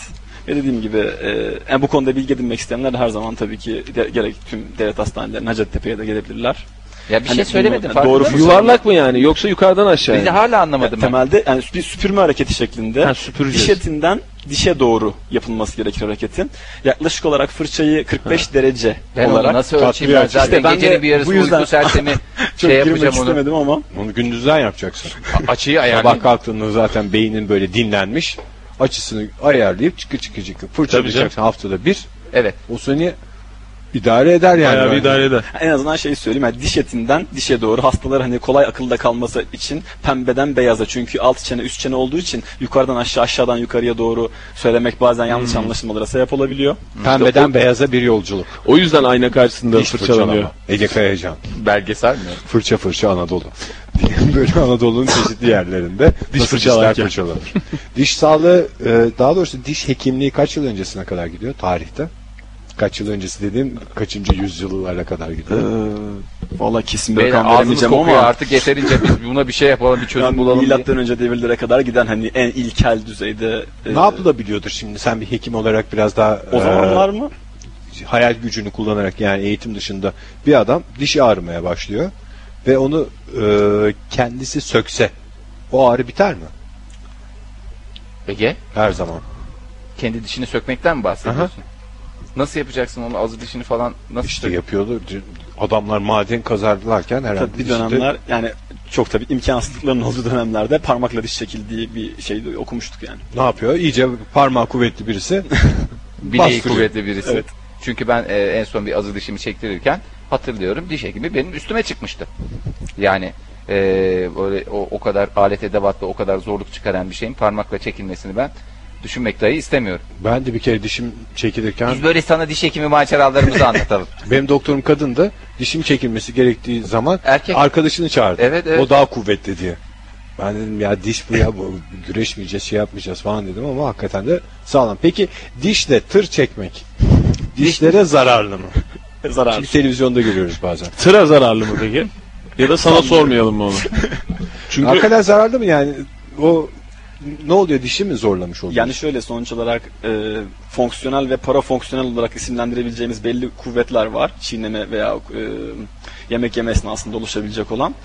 Speaker 3: Ve dediğim gibi e, yani bu konuda bilgi edinmek isteyenler her zaman tabii ki de- gerek tüm devlet hastanelerine Hacettepe'ye de gelebilirler.
Speaker 1: Ya bir şey
Speaker 3: Hani
Speaker 1: söylemedin
Speaker 3: bu-
Speaker 1: farkında
Speaker 3: doğru
Speaker 1: mısın?
Speaker 2: Yuvarlak mı yani yoksa yukarıdan aşağıya?
Speaker 1: Biz de hala anlamadım ben.
Speaker 3: Temelde yani bir süpürme hareketi şeklinde
Speaker 2: Ha, süpüreceğiz.
Speaker 3: diş etinden dişe doğru yapılması gerekir hareketin. Yaklaşık olarak fırçayı 45 derece
Speaker 1: Ben
Speaker 3: olarak.
Speaker 1: onu nasıl ölçeyim ben zaten
Speaker 3: İşte ben de
Speaker 1: gecenin bir yarısı
Speaker 3: bu yüzden-
Speaker 1: uyku sersemi
Speaker 3: Çok
Speaker 1: şey
Speaker 3: girmek
Speaker 1: yapacağım onu.
Speaker 3: istemedim ama
Speaker 4: Onu gündüzden yapacaksın.
Speaker 1: Açıyı
Speaker 4: Sabah kalktığında zaten beynin böyle dinlenmiş. Açısını ayarlayıp çıkı çıkı çıkı fırçalayacaksın haftada bir.
Speaker 1: Evet.
Speaker 4: O seni idare eder yani.
Speaker 5: Bayağı bir
Speaker 4: Bence.
Speaker 5: idare eder.
Speaker 3: en azından şeyi söyleyeyim yani diş etinden dişe doğru hastalar hani kolay akılda kalması için pembeden beyaza çünkü alt çene üst çene olduğu için yukarıdan aşağı aşağıdan yukarıya doğru söylemek bazen yanlış
Speaker 1: Hmm.
Speaker 3: anlaşılmalara sebep olabiliyor.
Speaker 4: Pembeden beyaza bir yolculuk.
Speaker 2: O yüzden ayna karşısında
Speaker 4: Diş
Speaker 2: fırçalanıyor.
Speaker 4: fırçalama. Ege Kayacan.
Speaker 1: Belgesel mi?
Speaker 4: Fırça fırça Anadolu. Böyle Anadolu'nun çeşitli yerlerinde diş
Speaker 5: fırçalarken.
Speaker 4: fırçalanır. diş sağlığı e, daha doğrusu diş hekimliği kaç yıl öncesine kadar gidiyor tarihte? Kaç yıl öncesi dediğim kaçıncı yüzyıllara kadar gidiyor?
Speaker 3: Valla Ee, kesin bir
Speaker 1: Beyler
Speaker 3: rakam
Speaker 1: ağzımız
Speaker 3: veremeyeceğim
Speaker 1: kokuyor
Speaker 3: ama
Speaker 1: artık yeterince biz buna bir şey yapalım bir çözüm
Speaker 3: yani
Speaker 1: bulalım diye.
Speaker 3: milattan önce devirlere kadar giden hani en ilkel düzeyde e,
Speaker 4: ne yapılabiliyordur şimdi sen bir hekim olarak biraz daha
Speaker 1: Ee,
Speaker 3: o
Speaker 4: e,
Speaker 3: zamanlar mı?
Speaker 4: hayal gücünü kullanarak yani eğitim dışında bir adam dişi ağrımaya başlıyor ve onu e, kendisi sökse o ağrı biter mi?
Speaker 1: Ege
Speaker 4: Her zaman.
Speaker 1: kendi dişini sökmekten mi bahsediyorsun? Nasıl yapacaksın onu azı dişini falan nasıl
Speaker 4: İşte
Speaker 1: sök-
Speaker 4: yapıyordu. Adamlar maden kazarlarken herhalde
Speaker 3: Tabii bir
Speaker 4: işte-
Speaker 3: dönemler yani çok tabii imkansızlıkların olduğu dönemlerde parmakla diş çekildiği bir şey de okumuştuk yani.
Speaker 4: ne yapıyor? İyice parmağı kuvvetli birisi.
Speaker 1: bileği
Speaker 4: bastırıyor.
Speaker 1: kuvvetli birisi.
Speaker 3: Evet.
Speaker 1: Çünkü ben e, en son bir azı dişimi çektirirken hatırlıyorum diş hekimi benim üstüme çıkmıştı. Yani e, böyle o, o kadar alet edevatla o kadar zorluk çıkaran bir şeyin parmakla çekilmesini ben düşünmek dahi istemiyorum.
Speaker 4: ben de bir kere dişim çekilirken
Speaker 1: Biz böyle sana diş hekimi maceralarımızı anlatalım.
Speaker 4: benim doktorum kadındı. Dişim çekilmesi gerektiği zaman
Speaker 1: Erkek.
Speaker 4: arkadaşını çağırdı.
Speaker 1: Evet, evet.
Speaker 4: O daha kuvvetli diye. Ben dedim ya diş bu ya bu güreşmeyeceğiz şey yapmayacağız falan dedim ama hakikaten de sağlam. Peki dişle tır çekmek dişlere zararlı mı?
Speaker 3: Zarar.
Speaker 4: Çünkü televizyonda görüyoruz bazen.
Speaker 2: Tıra zararlı mı peki? Ya da sana sormayalım mı onu? Çünkü
Speaker 4: Hakikaten zararlı mı yani o ne oluyor dişi mi zorlamış oluyor?
Speaker 3: Yani şöyle sonuç olarak e, fonksiyonel ve parafonksiyonel olarak isimlendirebileceğimiz belli kuvvetler var. Çiğneme veya e, yemek yeme esnasında oluşabilecek olan.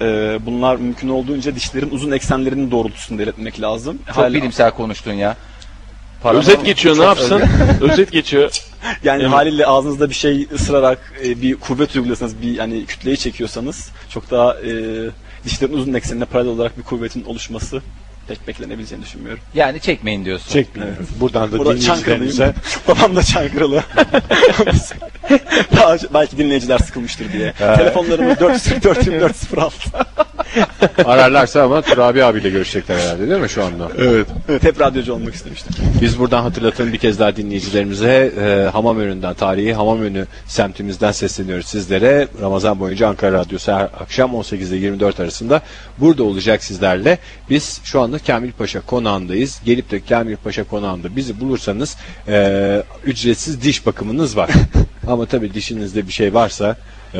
Speaker 3: E, bunlar mümkün olduğunca dişlerin uzun eksenlerinin doğrultusunda iletmek lazım.
Speaker 1: Çok
Speaker 3: Hala-
Speaker 1: bilimsel konuştun ya.
Speaker 2: özet geçiyor ne yapsın? özet geçiyor.
Speaker 3: Yani haliyle ağzınızda bir şey ısırarak e, bir kuvvet uygulasanız, bir hani kütleyi çekiyorsanız çok daha e, dişlerin uzun eksenine paralel olarak bir kuvvetin oluşması pek beklenebileceğini düşünmüyorum.
Speaker 1: Yani çekmeyin diyorsun.
Speaker 4: çekmiyor. Buradan da
Speaker 3: Burada
Speaker 4: dinleyicilerimize
Speaker 3: Çankırılıyım. Babam da Çankırılı. Daha- Belki dinleyiciler sıkılmıştır diye. Telefonlarımız 404 2406.
Speaker 4: ararlarsa ama Turabi abiyle görüşecekler herhalde değil mi şu anda?
Speaker 3: Evet hep radyocu olmak istemiştim.
Speaker 4: Biz buradan hatırlatalım bir kez daha dinleyicilerimize e, hamam önünden tarihi hamam önü semtimizden sesleniyoruz sizlere. Ramazan boyunca Ankara Radyosu her akşam 18 ile 24 arasında burada olacak sizlerle. Biz şu anda Kamil Paşa konağındayız. Gelip de Kamil Paşa konağında bizi bulursanız e, ücretsiz diş bakımınız var. Ama tabii dişinizde bir şey varsa e,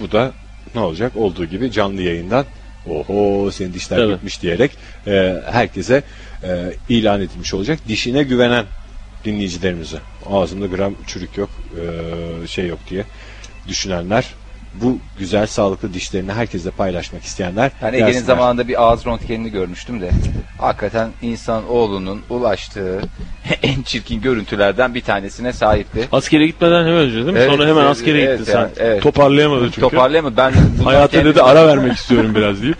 Speaker 4: bu da ne olacak? Olduğu gibi canlı yayından oho senin dişler
Speaker 2: Tabii.
Speaker 4: gitmiş diyerek e, herkese e, ilan edilmiş olacak. Dişine güvenen dinleyicilerimize ağzımda gram çürük yok e, şey yok diye düşünenler bu güzel sağlıklı dişlerini herkesle paylaşmak isteyenler
Speaker 1: Ben Hani Ege'nin
Speaker 4: gelsinler.
Speaker 1: zamanında bir ağız röntgenini görmüştüm de. Hakikaten insan oğlunun ulaştığı en çirkin görüntülerden bir tanesine sahipti.
Speaker 2: Askere gitmeden hemen önce değil mi?
Speaker 1: Evet,
Speaker 2: Sonra hemen
Speaker 1: evet,
Speaker 2: askere
Speaker 1: evet,
Speaker 2: gittin
Speaker 1: yani,
Speaker 2: sen.
Speaker 1: evet.
Speaker 2: Toparlayamadı çünkü.
Speaker 1: Toparlayamadım. Ben
Speaker 2: Hayata dedi ara vermek istiyorum biraz deyip.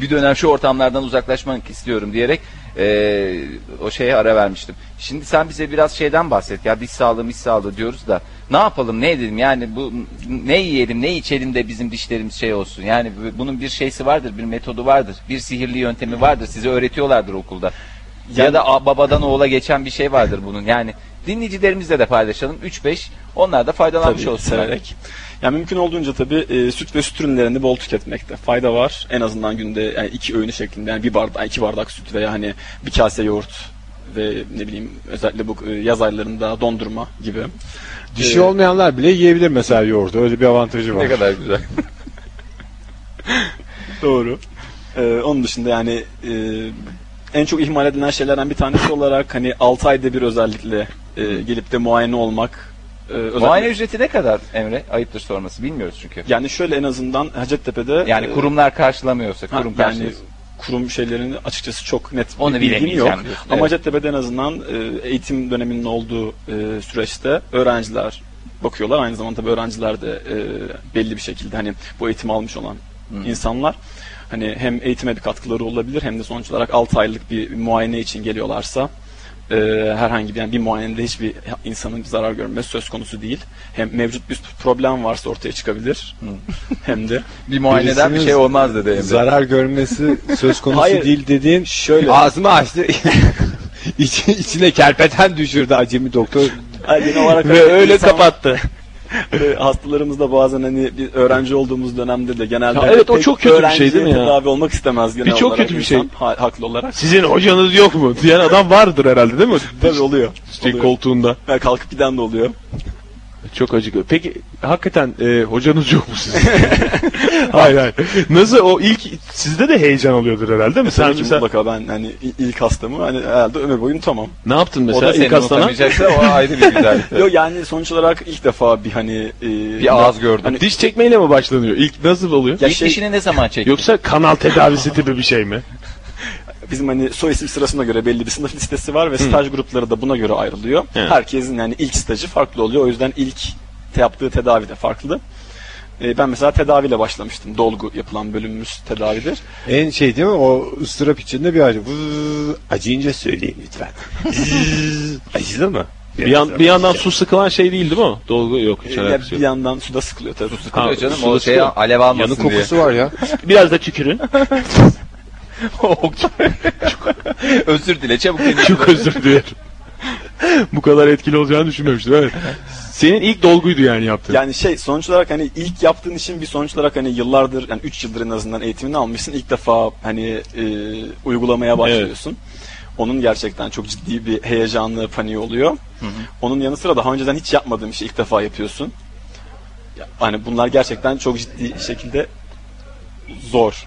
Speaker 1: bir dönem şu ortamlardan uzaklaşmak istiyorum diyerek eee, o şeye ara vermiştim. Şimdi sen bize biraz şeyden bahset ya diş sağlığı diş sağlığı diyoruz da ne yapalım ne edelim yani bu ne yiyelim ne içelim de bizim dişlerimiz şey olsun yani bu- bunun bir şeysi vardır bir metodu vardır bir sihirli yöntemi vardır size öğretiyorlardır okulda. ya
Speaker 3: Yani-
Speaker 1: da a- babadan oğula geçen bir şey vardır bunun yani dinleyicilerimizle de paylaşalım 3-5 onlar da faydalanmış
Speaker 3: Tabii
Speaker 1: olsunlar.
Speaker 3: severek. Yani mümkün olduğunca tabii e, süt ve süt ürünlerini bol tüketmekte fayda var. En azından günde yani iki öğünü şeklinde yani bir bardak, iki bardak süt veya hani bir kase yoğurt ve ne bileyim özellikle bu e, yaz aylarında dondurma gibi.
Speaker 4: Dişi olmayanlar bile yiyebilir mesela yoğurdu. Öyle bir avantajı var.
Speaker 1: Ne kadar güzel.
Speaker 3: Doğru. Ee, onun dışında yani e, en çok ihmal edilen şeylerden bir tanesi olarak hani 6 ayda bir özellikle e, gelip de muayene olmak. e, özellikle-
Speaker 1: Muayene ücreti ne kadar Emre? Ayıptır sorması bilmiyoruz çünkü.
Speaker 3: Yani şöyle en azından Hacettepe'de
Speaker 1: Yani
Speaker 3: e,
Speaker 1: kurumlar karşılamıyorsa,
Speaker 3: ha,
Speaker 1: kurum
Speaker 3: yani
Speaker 1: karşılıyor.
Speaker 3: kurum şeylerini açıkçası çok net
Speaker 1: Onu
Speaker 3: bir bilgim
Speaker 1: bilemeyeceğim
Speaker 3: yok.
Speaker 1: diyorsun,
Speaker 3: Ama
Speaker 1: evet.
Speaker 3: Hacettepe'de en azından e, eğitim döneminin olduğu e, süreçte öğrenciler bakıyorlar. Aynı zamanda tabii öğrenciler de e, belli bir şekilde hani bu eğitim almış olan
Speaker 1: Hmm.
Speaker 3: insanlar hani hem eğitime bir katkıları olabilir hem de sonuç olarak 6 aylık bir muayene için geliyorlarsa e, herhangi bir yani bir muayenede hiçbir insanın zarar görmesi söz konusu değil. Hem mevcut bir problem varsa ortaya çıkabilir.
Speaker 1: Hmm.
Speaker 3: hem de
Speaker 1: Bir muayeneden bir
Speaker 4: Birisinin
Speaker 1: şey olmaz dedi Emre.
Speaker 4: Zarar görmesi söz konusu
Speaker 3: Hayır.
Speaker 4: değil dediğin
Speaker 3: Şöyle.
Speaker 4: ağzımı açtı. İçi- içine kerpeten düşürdü acemi doktor.
Speaker 3: Ay, genel olarak hani
Speaker 2: Ve öyle kapattı.
Speaker 3: Ve hastalarımızda bazen hani bir öğrenci olduğumuz dönemde de genelde
Speaker 2: Ya evet, o
Speaker 3: pek
Speaker 2: çok kötü bir şey
Speaker 3: öğrenciye
Speaker 2: değil mi ya?
Speaker 3: Tedavi olmak istemez genel
Speaker 2: Bir çok
Speaker 3: olarak
Speaker 2: kötü bir şey.
Speaker 3: insan, ha- haklı olarak.
Speaker 2: Sizin hocanız yok mu? Diyen adam vardır herhalde değil mi?
Speaker 3: Tabii oluyor.
Speaker 2: Şey,
Speaker 3: Oluyor.
Speaker 2: koltuğunda.
Speaker 3: Ya kalkıp giden de oluyor.
Speaker 2: Çok acıklı. Peki hakikaten e, hocanız yok mu sizin? hayır hayır. Nasıl o ilk sizde de heyecan oluyordur herhalde değil mi? Sen
Speaker 3: Tabii ki
Speaker 2: mesela
Speaker 3: mutlaka ben hani i- ilk hastamı hani herhalde ömür boyum tamam.
Speaker 2: ne yaptın
Speaker 1: o
Speaker 2: mesela
Speaker 1: da seni
Speaker 2: ilk hastana?
Speaker 1: unutamayacaksa o ayrı bir güzel.
Speaker 3: Yok yani sonuç olarak ilk defa bir hani e,
Speaker 1: bir ağız gördüm.
Speaker 3: Hani-
Speaker 2: Diş çekmeyle mi başlanıyor? İlk nasıl oluyor?
Speaker 3: Ya
Speaker 1: İlk
Speaker 3: şey-
Speaker 1: işini ne zaman çekti?
Speaker 2: Yoksa kanal tedavisi tipi bir şey mi?
Speaker 3: bizim hani soy isim sırasına göre belli bir sınıf listesi var ve staj grupları da buna göre ayrılıyor. Herkesin yani ilk stajı farklı oluyor. O yüzden ilk te- yaptığı tedavi de farklı. E, ben mesela tedaviyle başlamıştım. Dolgu yapılan bölümümüz tedavidir.
Speaker 4: En şey değil mi o ıstırap içinde bir acı. Vız, acıyınca söyleyin lütfen. Vız, Acıdı mı?
Speaker 2: Bir, yan, bir yandan su sıkılan şey değil değil mi? o? Dolgu yok hiç
Speaker 3: E, ya
Speaker 2: alakası
Speaker 3: bir
Speaker 2: yok.
Speaker 3: yandan suda sıkılıyor tabii.
Speaker 1: Sıkılıyor
Speaker 2: Ha,
Speaker 1: canım
Speaker 2: suda
Speaker 1: o şey
Speaker 2: sıkılıyor.
Speaker 1: alev
Speaker 4: Yanı
Speaker 1: almasın diye.
Speaker 4: kokusu var ya.
Speaker 6: Biraz da tükürün.
Speaker 1: Özür dile çabuk. dile.
Speaker 2: Çok özür dilerim. Bu kadar etkili olacağını düşünmemiştim. Evet. Senin ilk dolguydu yani yaptığın.
Speaker 3: Yani şey sonuç olarak hani ilk yaptığın işin bir sonuç olarak hani yıllardır yani 3 yıldır en azından eğitimini almışsın. İlk defa hani e, uygulamaya başlıyorsun. Onun gerçekten çok ciddi bir heyecanlı paniği oluyor. Onun yanı sıra daha önceden hiç yapmadığın işi ilk defa yapıyorsun. Ya, Hani bunlar gerçekten çok ciddi şekilde zor.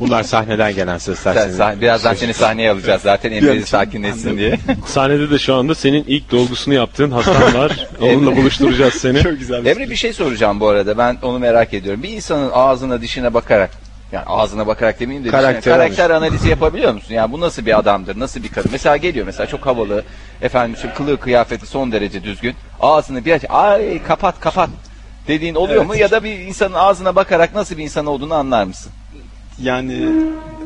Speaker 4: Bunlar sahneden gelen sesler.
Speaker 1: Sen-
Speaker 4: senin.
Speaker 1: sah- birazdan seni sahneye alacağız zaten Emre'yi sakinleşsin diye.
Speaker 2: Sahnede de şu anda senin ilk dolgusunu yaptığın Hasan var. Onunla buluşturacağız seni.
Speaker 3: Çok güzel.
Speaker 1: Emre bir şey soracağım bu arada ben onu merak ediyorum. Bir insanın ağzına dişine bakarak yani ağzına bakarak demeyeyim de dişine-
Speaker 4: Karakter
Speaker 1: karakter, analizi yapabiliyor musun? Yani bu nasıl bir adamdır, nasıl bir kadın? Mesela geliyor mesela çok havalı, efendim şu kılığı kıyafeti son derece düzgün. Ağzını bir aç, ay kapat kapat dediğin oluyor mu? Ya da bir insanın ağzına bakarak nasıl bir insan olduğunu anlar mısın?
Speaker 3: Yani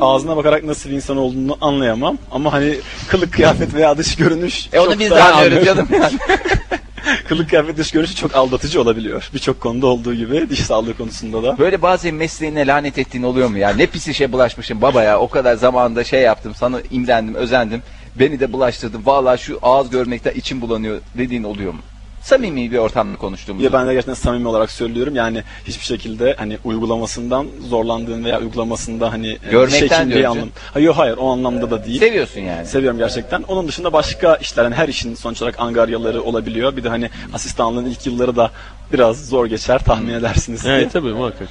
Speaker 3: ağzına bakarak nasıl bir insan olduğunu anlayamam ama hani kılık kıyafet veya dış görünüş
Speaker 1: E onu
Speaker 3: çok
Speaker 1: biz
Speaker 3: daha
Speaker 1: de
Speaker 3: anlıyorum.
Speaker 1: anlıyoruz canım yani.
Speaker 3: Kılık kıyafet dış görünüşü çok aldatıcı olabiliyor. Birçok konuda olduğu gibi diş sağlığı konusunda da.
Speaker 1: Böyle bazen mesleğine lanet ettiğin oluyor mu ya? Ne pis işe bulaşmışım baba ya. O kadar zamanında şey yaptım sana imlendim özendim. Beni de bulaştırdın. Valla şu ağız görmekten içim bulanıyor dediğin oluyor mu? Samimi bir ortamda konuştuğumuz.
Speaker 3: Ya ben de gerçekten samimi olarak söylüyorum yani hiçbir şekilde hani uygulamasından zorlandığın veya uygulamasında hani e,
Speaker 1: Görmekten
Speaker 3: çekindiği
Speaker 1: diyorum
Speaker 3: anlam. Hayır hayır o anlamda da değil.
Speaker 1: Seviyorsun yani.
Speaker 3: Seviyorum gerçekten. Onun dışında başka işler hani her işin sonuç olarak angaryaları olabiliyor. Bir de hani asistanlığın ilk yılları da biraz zor geçer tahmin edersiniz. ki.
Speaker 2: Evet tabii muhakkak.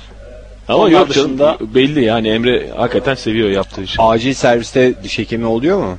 Speaker 2: Ama
Speaker 3: Onlar
Speaker 2: yok
Speaker 3: dışında-
Speaker 2: canım belli yani Emre hakikaten seviyor yaptığı işi.
Speaker 4: Acil serviste diş hekimi oluyor mu?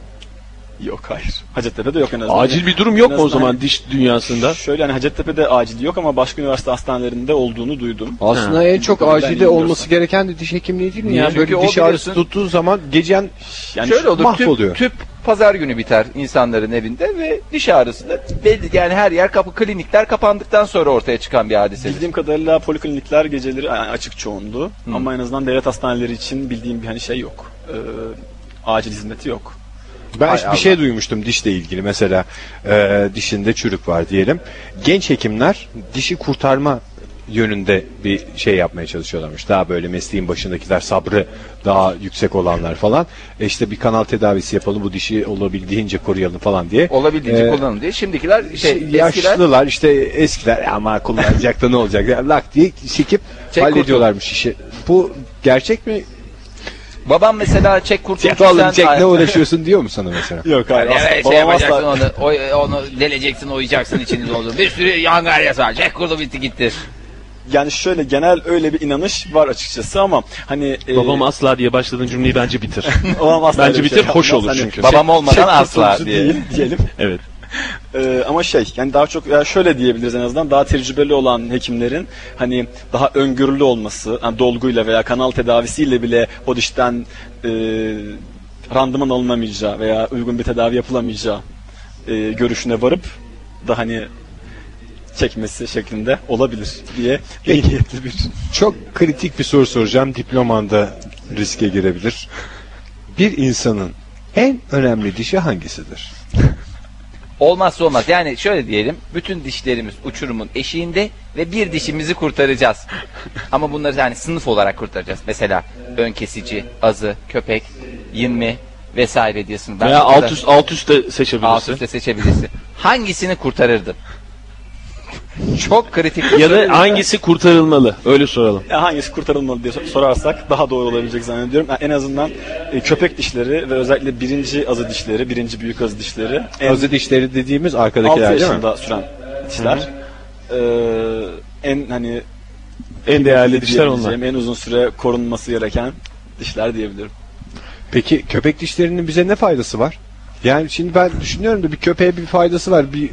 Speaker 3: Yok hayır. Hacettepe'de yok en azından.
Speaker 2: Acil bir durum
Speaker 3: En
Speaker 2: yok mu o
Speaker 3: azından
Speaker 2: zaman diş dünyasında?
Speaker 3: Şöyle hani Hacettepe'de acil yok ama başka üniversite hastanelerinde olduğunu duydum.
Speaker 4: Aslında en çok
Speaker 3: Ben
Speaker 4: acilde
Speaker 3: bilmiyorum.
Speaker 4: olması gereken de diş hekimliği değil mi?
Speaker 1: Niye?
Speaker 4: Yani
Speaker 1: Çünkü
Speaker 4: böyle
Speaker 1: o
Speaker 4: diş ağrısı
Speaker 1: biliyorsun-
Speaker 4: tuttuğu zaman gecen
Speaker 3: Yani
Speaker 1: Şöyle olur.
Speaker 4: mahvoluyor.
Speaker 1: Tüp, tüp pazar günü biter insanların evinde ve diş ağrısı da belli yani her yer kapı klinikler kapandıktan sonra ortaya çıkan bir hadisedir.
Speaker 3: Bildiğim kadarıyla poliklinikler geceleri yani açık çoğundu. Ama en azından devlet hastaneleri için bildiğim bir hani şey yok. Ee, acil hizmeti yok.
Speaker 4: Ben
Speaker 1: Hay
Speaker 4: bir
Speaker 1: Allah.
Speaker 4: şey duymuştum dişle ilgili mesela e, dişinde çürük var diyelim. Genç hekimler dişi kurtarma yönünde bir şey yapmaya çalışıyorlarmış. Daha böyle mesleğin başındakiler sabrı daha yüksek olanlar falan. E işte bir kanal tedavisi yapalım bu dişi olabildiğince koruyalım falan diye.
Speaker 1: Olabildiğince
Speaker 4: E,
Speaker 1: kullanın diye. Şimdikiler şey,
Speaker 4: şey,
Speaker 1: eskiler
Speaker 4: yaşlılar işte eskiler ama kullanacak da ne olacak ya, lak diye çekip
Speaker 1: Çek
Speaker 4: hallediyorlarmış işi. Bu gerçek mi?
Speaker 1: babam mesela çek kurtuldu
Speaker 4: Tutalım
Speaker 1: sen-
Speaker 4: çek ne uğraşıyorsun diyor mu sana mesela?
Speaker 3: Yok hayır.
Speaker 7: Yani
Speaker 3: asla-
Speaker 7: evet, şey
Speaker 3: babam asla-
Speaker 7: yapacaksın onu, oy- onu deleceksin, oyacaksın içini doldur. Bir sürü yangarya var. Jack kurdu bitti gitti.
Speaker 3: Yani şöyle genel öyle bir inanış var açıkçası ama hani e,
Speaker 2: Ee, Babam asla diye başladığın cümleyi bence bitir.
Speaker 3: babam asla
Speaker 2: Bence
Speaker 3: öyle bir şey
Speaker 2: bitir, hani hoş
Speaker 3: yapmaz.
Speaker 2: olur çünkü.
Speaker 1: Babam olmadan
Speaker 3: çek
Speaker 1: asla
Speaker 3: kurtuluşu
Speaker 1: diye.
Speaker 3: değil diyelim.
Speaker 2: evet.
Speaker 3: Ee, ama şey yani daha çok ya şöyle diyebiliriz en azından daha tecrübeli olan hekimlerin hani daha öngörülü olması yani dolguyla veya kanal tedavisiyle bile o dişten e, randıman alınamayacağı veya uygun bir tedavi yapılamayacağı e, görüşüne varıp da hani çekmesi şeklinde olabilir diye iyi niyetli bir
Speaker 4: Çok kritik bir soru soracağım. Diplomanda riske girebilir. Bir insanın en önemli dişi hangisidir?
Speaker 1: Olmazsa olmaz. Yani şöyle diyelim. Bütün dişlerimiz uçurumun eşiğinde ve bir dişimizi kurtaracağız. Ama bunları yani sınıf olarak kurtaracağız. Mesela ön kesici, azı, köpek, 20 vesaire diye sınıf. Ben
Speaker 2: Veya
Speaker 1: bu kadar-
Speaker 2: alt üst alt üstte seçebilirsin.
Speaker 1: alt üstte seçebilirsin. Hangisini kurtarırdın? Çok kritik.
Speaker 2: Ya da hangisi kurtarılmalı? Öyle soralım.
Speaker 3: Ya hangisi kurtarılmalı diye sorarsak daha doğru olabilecek zannediyorum. Yani en azından e, köpek dişleri ve özellikle birinci azı dişleri, birinci büyük azı dişleri en
Speaker 4: Özü dişleri dediğimiz
Speaker 3: 6
Speaker 4: arkadakiler değil mi?
Speaker 3: yaşında süren dişler. Ee, en hani
Speaker 2: En değerli dişler onlar.
Speaker 3: diyebileceğim, En uzun süre korunması gereken dişler diyebilirim.
Speaker 4: Peki köpek dişlerinin bize ne faydası var? Yani şimdi ben düşünüyorum da bir köpeğe bir faydası var. Bir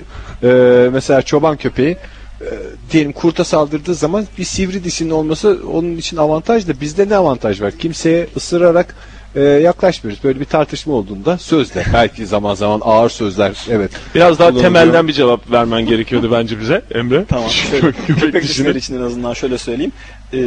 Speaker 4: e, mesela çoban köpeği e, diyelim kurta saldırdığı zaman bir sivri dişinin olması onun için avantaj da bizde ne avantaj var? Kimseye ısırarak e, yaklaşmıyoruz. Böyle bir tartışma olduğunda sözle belki zaman zaman ağır sözler evet.
Speaker 2: Biraz daha
Speaker 4: Kullanılıyor.
Speaker 2: temelden bir cevap vermen gerekiyordu bence bize Emre.
Speaker 3: Tamam. Şöyle, köpek dişleri için en azından şöyle söyleyeyim. Ee,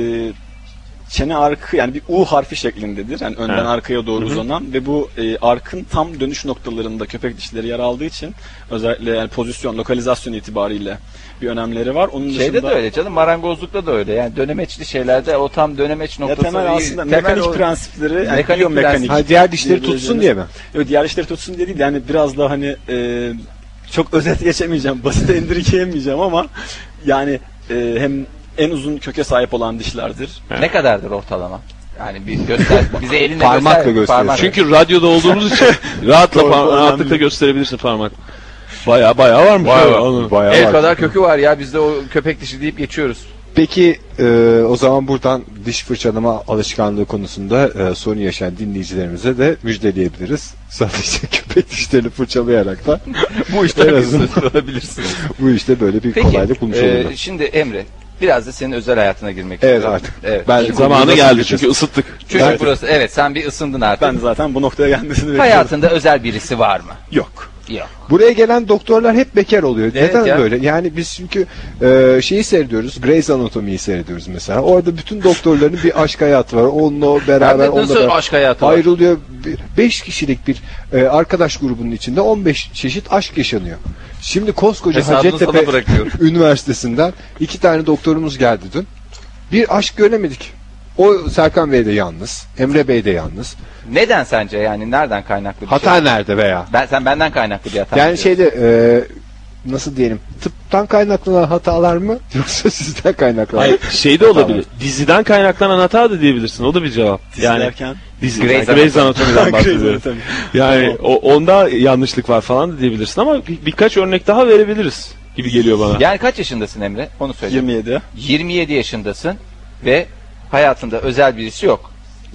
Speaker 3: çene arkı yani bir U harfi şeklindedir. Yani önden
Speaker 2: Evet.
Speaker 3: arkaya doğru uzanan ve bu e, arkın tam dönüş noktalarında köpek dişleri yer aldığı için özellikle yani pozisyon, lokalizasyon itibariyle bir önemleri var. Onun
Speaker 1: Şeyde de
Speaker 3: dışında
Speaker 1: öyle canım. Marangozlukta da öyle. Yani dönemeçli şeylerde o tam dönemeç
Speaker 3: ya
Speaker 1: noktası.
Speaker 3: temel aslında
Speaker 1: temel
Speaker 3: mekanik
Speaker 1: o-
Speaker 3: prensipleri yani
Speaker 1: Mekanik
Speaker 3: biyomekanik
Speaker 1: prensip.
Speaker 4: Ha, diğer dişleri tutsun diye mi?
Speaker 3: Evet diğer işleri tutsun diye değil yani biraz daha hani e, çok özet geçemeyeceğim, basit indirgeyemeyeceğim ama yani e, hem en uzun köke sahip olan dişlerdir.
Speaker 1: Ne kadardır ortalama? Yani bir göster. Bize elinle
Speaker 4: Parmakla
Speaker 1: göster.
Speaker 4: gösterir.
Speaker 2: Çünkü radyoda olduğumuz için rahatla par- rahatlıkla gösterebilirsin parmak. Baya baya varmış.
Speaker 5: Bayağı
Speaker 2: abi.
Speaker 5: var.
Speaker 2: Anladım.
Speaker 4: Bayağı
Speaker 1: El
Speaker 4: var.
Speaker 1: kadar kökü var ya bizde o köpek dişi deyip geçiyoruz.
Speaker 4: Peki e, o zaman buradan diş fırçalama alışkanlığı konusunda e, sorun yaşayan dinleyicilerimize de müjdeleyebiliriz. Sadece köpek dişlerini fırçalayarak da
Speaker 1: Bu
Speaker 4: En
Speaker 1: işten
Speaker 4: azından.
Speaker 1: kurtulabilirsin.
Speaker 4: bu işte böyle bir
Speaker 1: Peki.
Speaker 4: kolaylık bulmuş
Speaker 1: e,
Speaker 4: oluruz.
Speaker 1: şimdi Emre biraz da senin özel hayatına girmek
Speaker 4: Evet
Speaker 1: istiyorum.
Speaker 4: artık.
Speaker 1: Evet.
Speaker 4: Ben
Speaker 2: Zamanı geldi çünkü ısıttık.
Speaker 1: Çünkü
Speaker 4: Ben-
Speaker 1: burası evet sen bir ısındın artık.
Speaker 3: Ben de zaten bu noktaya gelmesini bekliyorum.
Speaker 1: Hayatında özel birisi var mı?
Speaker 3: Yok.
Speaker 1: Yok.
Speaker 4: Buraya gelen doktorlar hep bekar oluyor.
Speaker 1: Evet
Speaker 4: Neden
Speaker 1: ya.
Speaker 4: böyle? Yani biz çünkü e, şeyi seyrediyoruz. Grey's Anatomy'yi seyrediyoruz mesela. Orada bütün doktorların bir aşk hayatı var. Onunla o beraber,
Speaker 1: Hem de
Speaker 4: onunla
Speaker 1: nasıl
Speaker 4: beraber.
Speaker 1: aşk hayatı var?
Speaker 4: Ayrılıyor. 5 kişilik bir e, arkadaş grubunun içinde 15 çeşit aşk yaşanıyor. Şimdi koskoca
Speaker 1: Hesabını sana
Speaker 4: Hacettepe
Speaker 1: bırakıyorum.
Speaker 4: Üniversitesi'nden iki tane doktorumuz geldi dün. Bir aşk göremedik. O Serkan Bey de yalnız. Emre Bey de yalnız.
Speaker 1: Neden sence yani nereden kaynaklı bir
Speaker 4: Hata
Speaker 1: şey?
Speaker 4: nerede veya?
Speaker 1: Ben, sen benden kaynaklı bir hata.
Speaker 4: Yani
Speaker 1: mı diyorsun?
Speaker 4: şeyde e, nasıl diyelim tıptan kaynaklanan hatalar mı yoksa sizden kaynaklanan?
Speaker 2: Hayır, şey de olabilir. Diziden kaynaklanan hata da diyebilirsin. O da bir cevap. Yani
Speaker 3: İzlerken-
Speaker 2: dizi.
Speaker 1: Grey's
Speaker 2: yani Grey's Anatomy'den
Speaker 3: Grey's
Speaker 2: bahsediyorum.
Speaker 3: Anatomy.
Speaker 2: Yani o, onda yanlışlık var falan da diyebilirsin ama bir- birkaç örnek daha verebiliriz gibi geliyor bana.
Speaker 1: Yani kaç yaşındasın Emre? Onu söyle.
Speaker 3: 27.
Speaker 1: 27 yaşındasın ve hayatında özel birisi yok.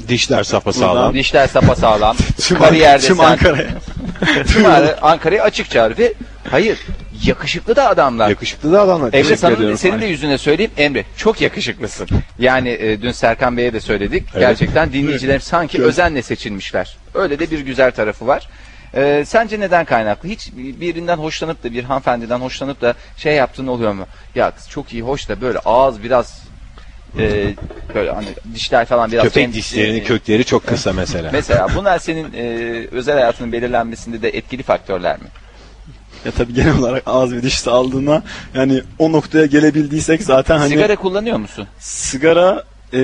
Speaker 4: Dişler sapa
Speaker 3: sağlam.
Speaker 1: Dişler sapasağlam. kariyerde
Speaker 3: Tüm
Speaker 1: sen-
Speaker 3: Ankara'ya.
Speaker 1: Tüm Ankara- Ankara'ya açık çağrı ve hayır yakışıklı da adamlar.
Speaker 4: Yakışıklı da adamlar.
Speaker 1: Emre
Speaker 4: Teşekkür
Speaker 1: sana,
Speaker 4: ediyorum.
Speaker 1: senin de yüzüne söyleyeyim Emre çok yakışıklısın. Yani e, dün Serkan Bey'e de söyledik. Gerçekten dinleyiciler sanki özenle seçilmişler. Öyle de bir güzel tarafı var. E, sence neden kaynaklı? Hiç birinden hoşlanıp da bir hanımefendiden hoşlanıp da şey yaptığın oluyor mu? Ya kız çok iyi hoş da böyle ağız biraz e, böyle hani dişler falan biraz
Speaker 4: Köpek
Speaker 1: kendi-
Speaker 4: dişlerinin
Speaker 1: e,
Speaker 4: kökleri çok kısa mesela.
Speaker 1: Mesela bunlar senin e, özel hayatının belirlenmesinde de etkili faktörler mi?
Speaker 3: Ya tabii genel olarak ağız ve diş sağlığına yani o noktaya gelebildiysek zaten hani sigara,
Speaker 1: Sigara kullanıyor musun?
Speaker 3: e,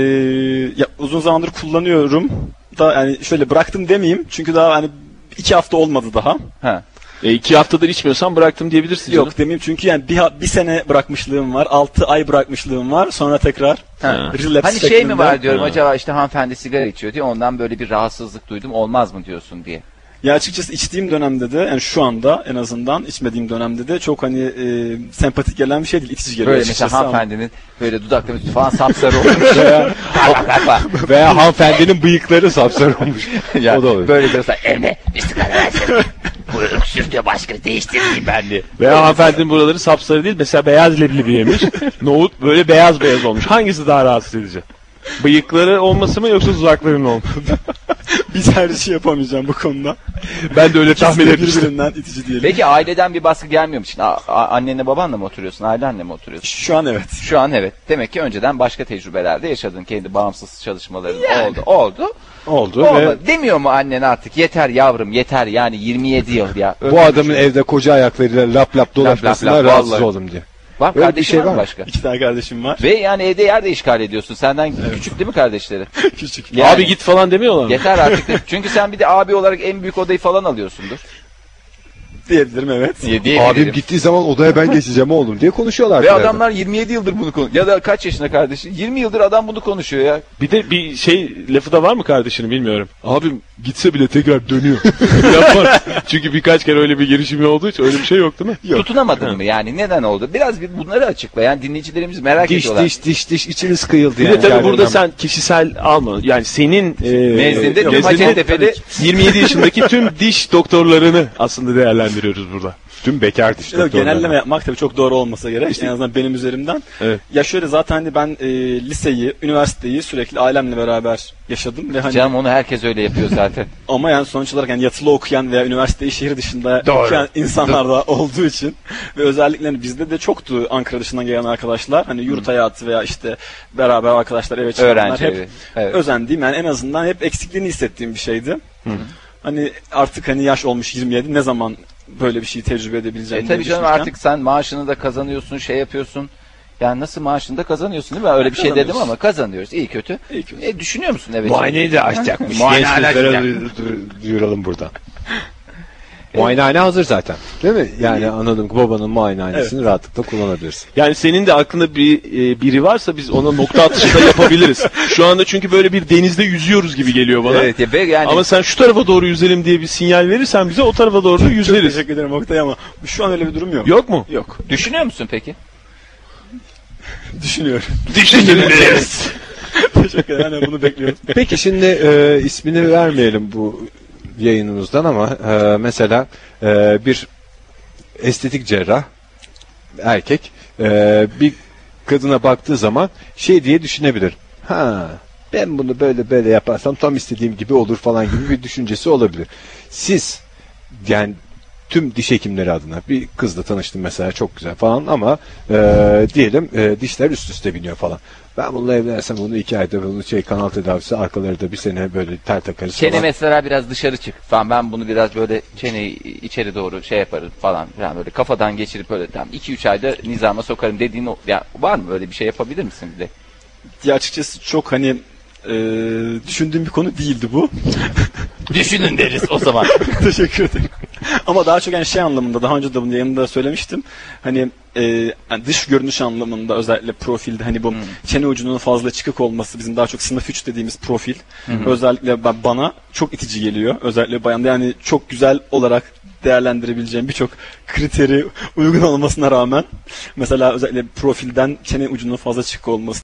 Speaker 3: ya uzun zamandır kullanıyorum da yani şöyle bıraktım demeyeyim çünkü daha hani iki hafta olmadı daha.
Speaker 1: Ha.
Speaker 2: E, iki haftadır içmiyorsan bıraktım diyebilirsin. canım.
Speaker 3: Yok demeyeyim çünkü yani bir, ha- bir sene bırakmışlığım var, altı ay bırakmışlığım var sonra tekrar
Speaker 1: Ha.
Speaker 3: relapse
Speaker 1: Hani şey
Speaker 3: şeklinde.
Speaker 1: mi var diyorum acaba işte hanımefendi sigara içiyor diye ondan böyle bir rahatsızlık duydum olmaz mı diyorsun diye.
Speaker 3: Ya açıkçası içtiğim dönemde de yani şu anda en azından içmediğim dönemde de çok hani e, sempatik gelen bir şey değil. İtici geliyor
Speaker 1: Böyle
Speaker 3: açıkçası
Speaker 1: mesela
Speaker 3: ama-
Speaker 1: hanımefendinin böyle dudakları falan sapsarı olmuş. Bak, bak, bak.
Speaker 4: Veya hanımefendinin bıyıkları sapsarı olmuş.
Speaker 1: Ya
Speaker 4: o da olur.
Speaker 1: Böyle diyorsa Emre
Speaker 7: Bir sigara versene. Buyruk sür diyor başka değiştirmeyeyim ben diye.
Speaker 2: Veya hanımefendinin buraları sapsarı değil mesela beyaz leblebi yemiş. Nohut böyle beyaz beyaz olmuş. Hangisi daha rahatsız edici? Bıyıkları olması mı yoksa dudakların mı olması?
Speaker 3: Bir tercih yapamayacağım bu konuda.
Speaker 2: Ben de öyle
Speaker 3: İkisi
Speaker 2: tahmin
Speaker 3: de
Speaker 2: etmiştim.
Speaker 3: birbirinden itici diyelim.
Speaker 1: Peki aileden bir baskı gelmiyor mu? Şimdi a- a- annenle babanla mı oturuyorsun? Ailenle mi oturuyorsun?
Speaker 3: Şu an evet.
Speaker 1: Şu an evet. Demek ki önceden başka tecrübelerde yaşadın kendi bağımsız çalışmaların. Oldu. Oldu.
Speaker 4: Oldu ve
Speaker 1: Olmadı. Demiyor mu annen artık yeter yavrum yeter yani 27 yıl ya.
Speaker 4: bu adamın evde koca ayaklarıyla lap lap dolaşmasına
Speaker 1: lap,
Speaker 4: rahatsız
Speaker 1: vallahi.
Speaker 4: oldum diye.
Speaker 1: Var
Speaker 4: Öyle bir
Speaker 1: kardeşim
Speaker 4: şey
Speaker 1: var mı
Speaker 4: var mı?
Speaker 1: başka?
Speaker 3: İki tane kardeşim var.
Speaker 1: Ve yani evde yer de işgal ediyorsun. Senden küçük değil mi kardeşleri?
Speaker 3: Küçük.
Speaker 1: Yani
Speaker 2: Abi git falan demiyorlar mı?
Speaker 1: Yeter artık. de- Çünkü sen bir de abi olarak en büyük odayı falan alıyorsundur.
Speaker 3: Diyebilirim evet.
Speaker 4: Abim gittiği zaman odaya ben geçeceğim oğlum diye konuşuyorlar.
Speaker 1: Ve
Speaker 4: bir yerden.
Speaker 1: adamlar 27 yıldır bunu konu ya da kaç yaşında kardeşi? 20 yıldır adam bunu konuşuyor ya.
Speaker 2: Bir de bir şey lafı da var mı kardeşinin bilmiyorum.
Speaker 4: abim gitse bile tekrar dönüyor.
Speaker 2: Yapar. Çünkü birkaç kere öyle bir girişimi olduğu için öyle bir şey yok değil mi?
Speaker 1: Tutunamadın mı yani? Neden oldu? Biraz bir bunları açıkla. Yani dinleyicilerimiz merak
Speaker 4: diş
Speaker 1: ediyorlar.
Speaker 4: diş diş diş içiniz kıyıldı
Speaker 2: Bir
Speaker 4: yani. Ee,
Speaker 2: de tabii
Speaker 4: Yani
Speaker 2: burada
Speaker 4: adam-
Speaker 2: sen kişisel alma. Yani senin e,
Speaker 1: Nezdinde tüm
Speaker 2: nezdinde
Speaker 1: Hacettepe'de
Speaker 2: 27 yaşındaki tüm diş doktorlarını aslında değerlendiriyoruz burada.
Speaker 4: Tüm bekar diş
Speaker 3: Yok,
Speaker 4: doktorları.
Speaker 3: genelleme yapmak tabii çok doğru olmasa gerek. en azından benim üzerimden.
Speaker 2: Evet.
Speaker 3: Ya şöyle zaten hani ben e, liseyi, üniversiteyi sürekli ailemle beraber yaşadım ve hani
Speaker 1: Canım onu herkes öyle yapıyor zaten. E
Speaker 3: ama yani sonuç olarak yani yatılı okuyan veya üniversiteyi şehir dışında
Speaker 2: Doğru.
Speaker 3: okuyan insanlar da olduğu için ve özellikle hani bizde de çoktu Ankara dışından gelen arkadaşlar. Hani yurt hayatı veya işte beraber arkadaşlar eve çıkanlar
Speaker 1: Öğrenci
Speaker 3: hep
Speaker 1: evi. Evet.
Speaker 3: özendiğim yani en azından hep eksikliğini hissettiğim bir şeydi. Hani artık hani yaş olmuş 27 ne zaman böyle bir şeyi tecrübe edebileceğim
Speaker 1: E
Speaker 3: diye
Speaker 1: tabii canım
Speaker 3: düşünürken-
Speaker 1: artık sen maaşını da kazanıyorsun, şey yapıyorsun. Yani nasıl maaşını da kazanıyorsun değil mi? Öyle bir şey dedim ama kazanıyoruz. iyi kötü.
Speaker 3: İyi kötü.
Speaker 1: E, düşünüyor musun evet?
Speaker 4: Muayeneyi de açacakmış.
Speaker 7: Muayene
Speaker 4: Genç kızlara
Speaker 7: alakası
Speaker 4: duyur- duyuralım buradan. Muayenehane hazır zaten. Değil mi? Yani anladım ki babanın muayenehanesini rahatlıkla kullanabilirsin.
Speaker 2: Yani senin de aklında bir e, biri varsa biz ona nokta atışı da yapabiliriz. Şu anda çünkü böyle bir denizde yüzüyoruz gibi geliyor bana.
Speaker 1: Evet, ya, ve yani
Speaker 2: Ama sen şu tarafa doğru yüzelim diye bir sinyal verirsen bize o tarafa doğru
Speaker 3: Çok
Speaker 2: yüzeriz.
Speaker 3: teşekkür ederim Oktay ama şu an öyle bir durum yok.
Speaker 2: Yok mu?
Speaker 3: Yok.
Speaker 1: düşünüyor musun peki?
Speaker 3: Düşünüyorum.
Speaker 2: Düşünürüz.
Speaker 3: teşekkür ederim. Aynen bunu bekliyoruz.
Speaker 4: Peki şimdi e, ismini vermeyelim bu yayınımızdan ama e, mesela e, bir estetik cerrah erkek e, bir kadına baktığı zaman şey diye düşünebilir. Ha ben bunu böyle böyle yaparsam tam istediğim gibi olur falan gibi bir düşüncesi olabilir. Siz yani tüm diş hekimleri adına bir kızla tanıştım mesela çok güzel falan ama e, diyelim e, dişler üst üste biniyor falan. Ben bununla evlensem bunu iki ayda bunu şey kanal tedavisi arkaları da bir sene böyle tel takarız
Speaker 1: Çene
Speaker 4: falan.
Speaker 1: mesela biraz dışarı çık. Tamam ben bunu biraz böyle çeneyi içeri doğru şey yaparım falan filan böyle kafadan geçirip böyle tamam 2-3 ayda nizama sokarım dediğin o- ya var mı böyle bir şey yapabilir misin bir de?
Speaker 3: Ya açıkçası çok hani e, düşündüğüm bir konu değildi bu.
Speaker 1: Düşünün deriz o zaman.
Speaker 3: Teşekkür ederim. Ama daha çok yani şey anlamında daha önce de bunu yayında söylemiştim. Hani e, yani dış görünüş anlamında özellikle profilde hani bu
Speaker 1: Hmm.
Speaker 3: çene ucunun fazla çıkık olması bizim daha çok sınıf 3 dediğimiz profil.
Speaker 1: Hmm.
Speaker 3: Özellikle ben, bana çok itici geliyor. Özellikle bayanda yani çok güzel olarak değerlendirebileceğim birçok kriteri uygun olmasına rağmen mesela özellikle profilden çene ucunun fazla çıkık olması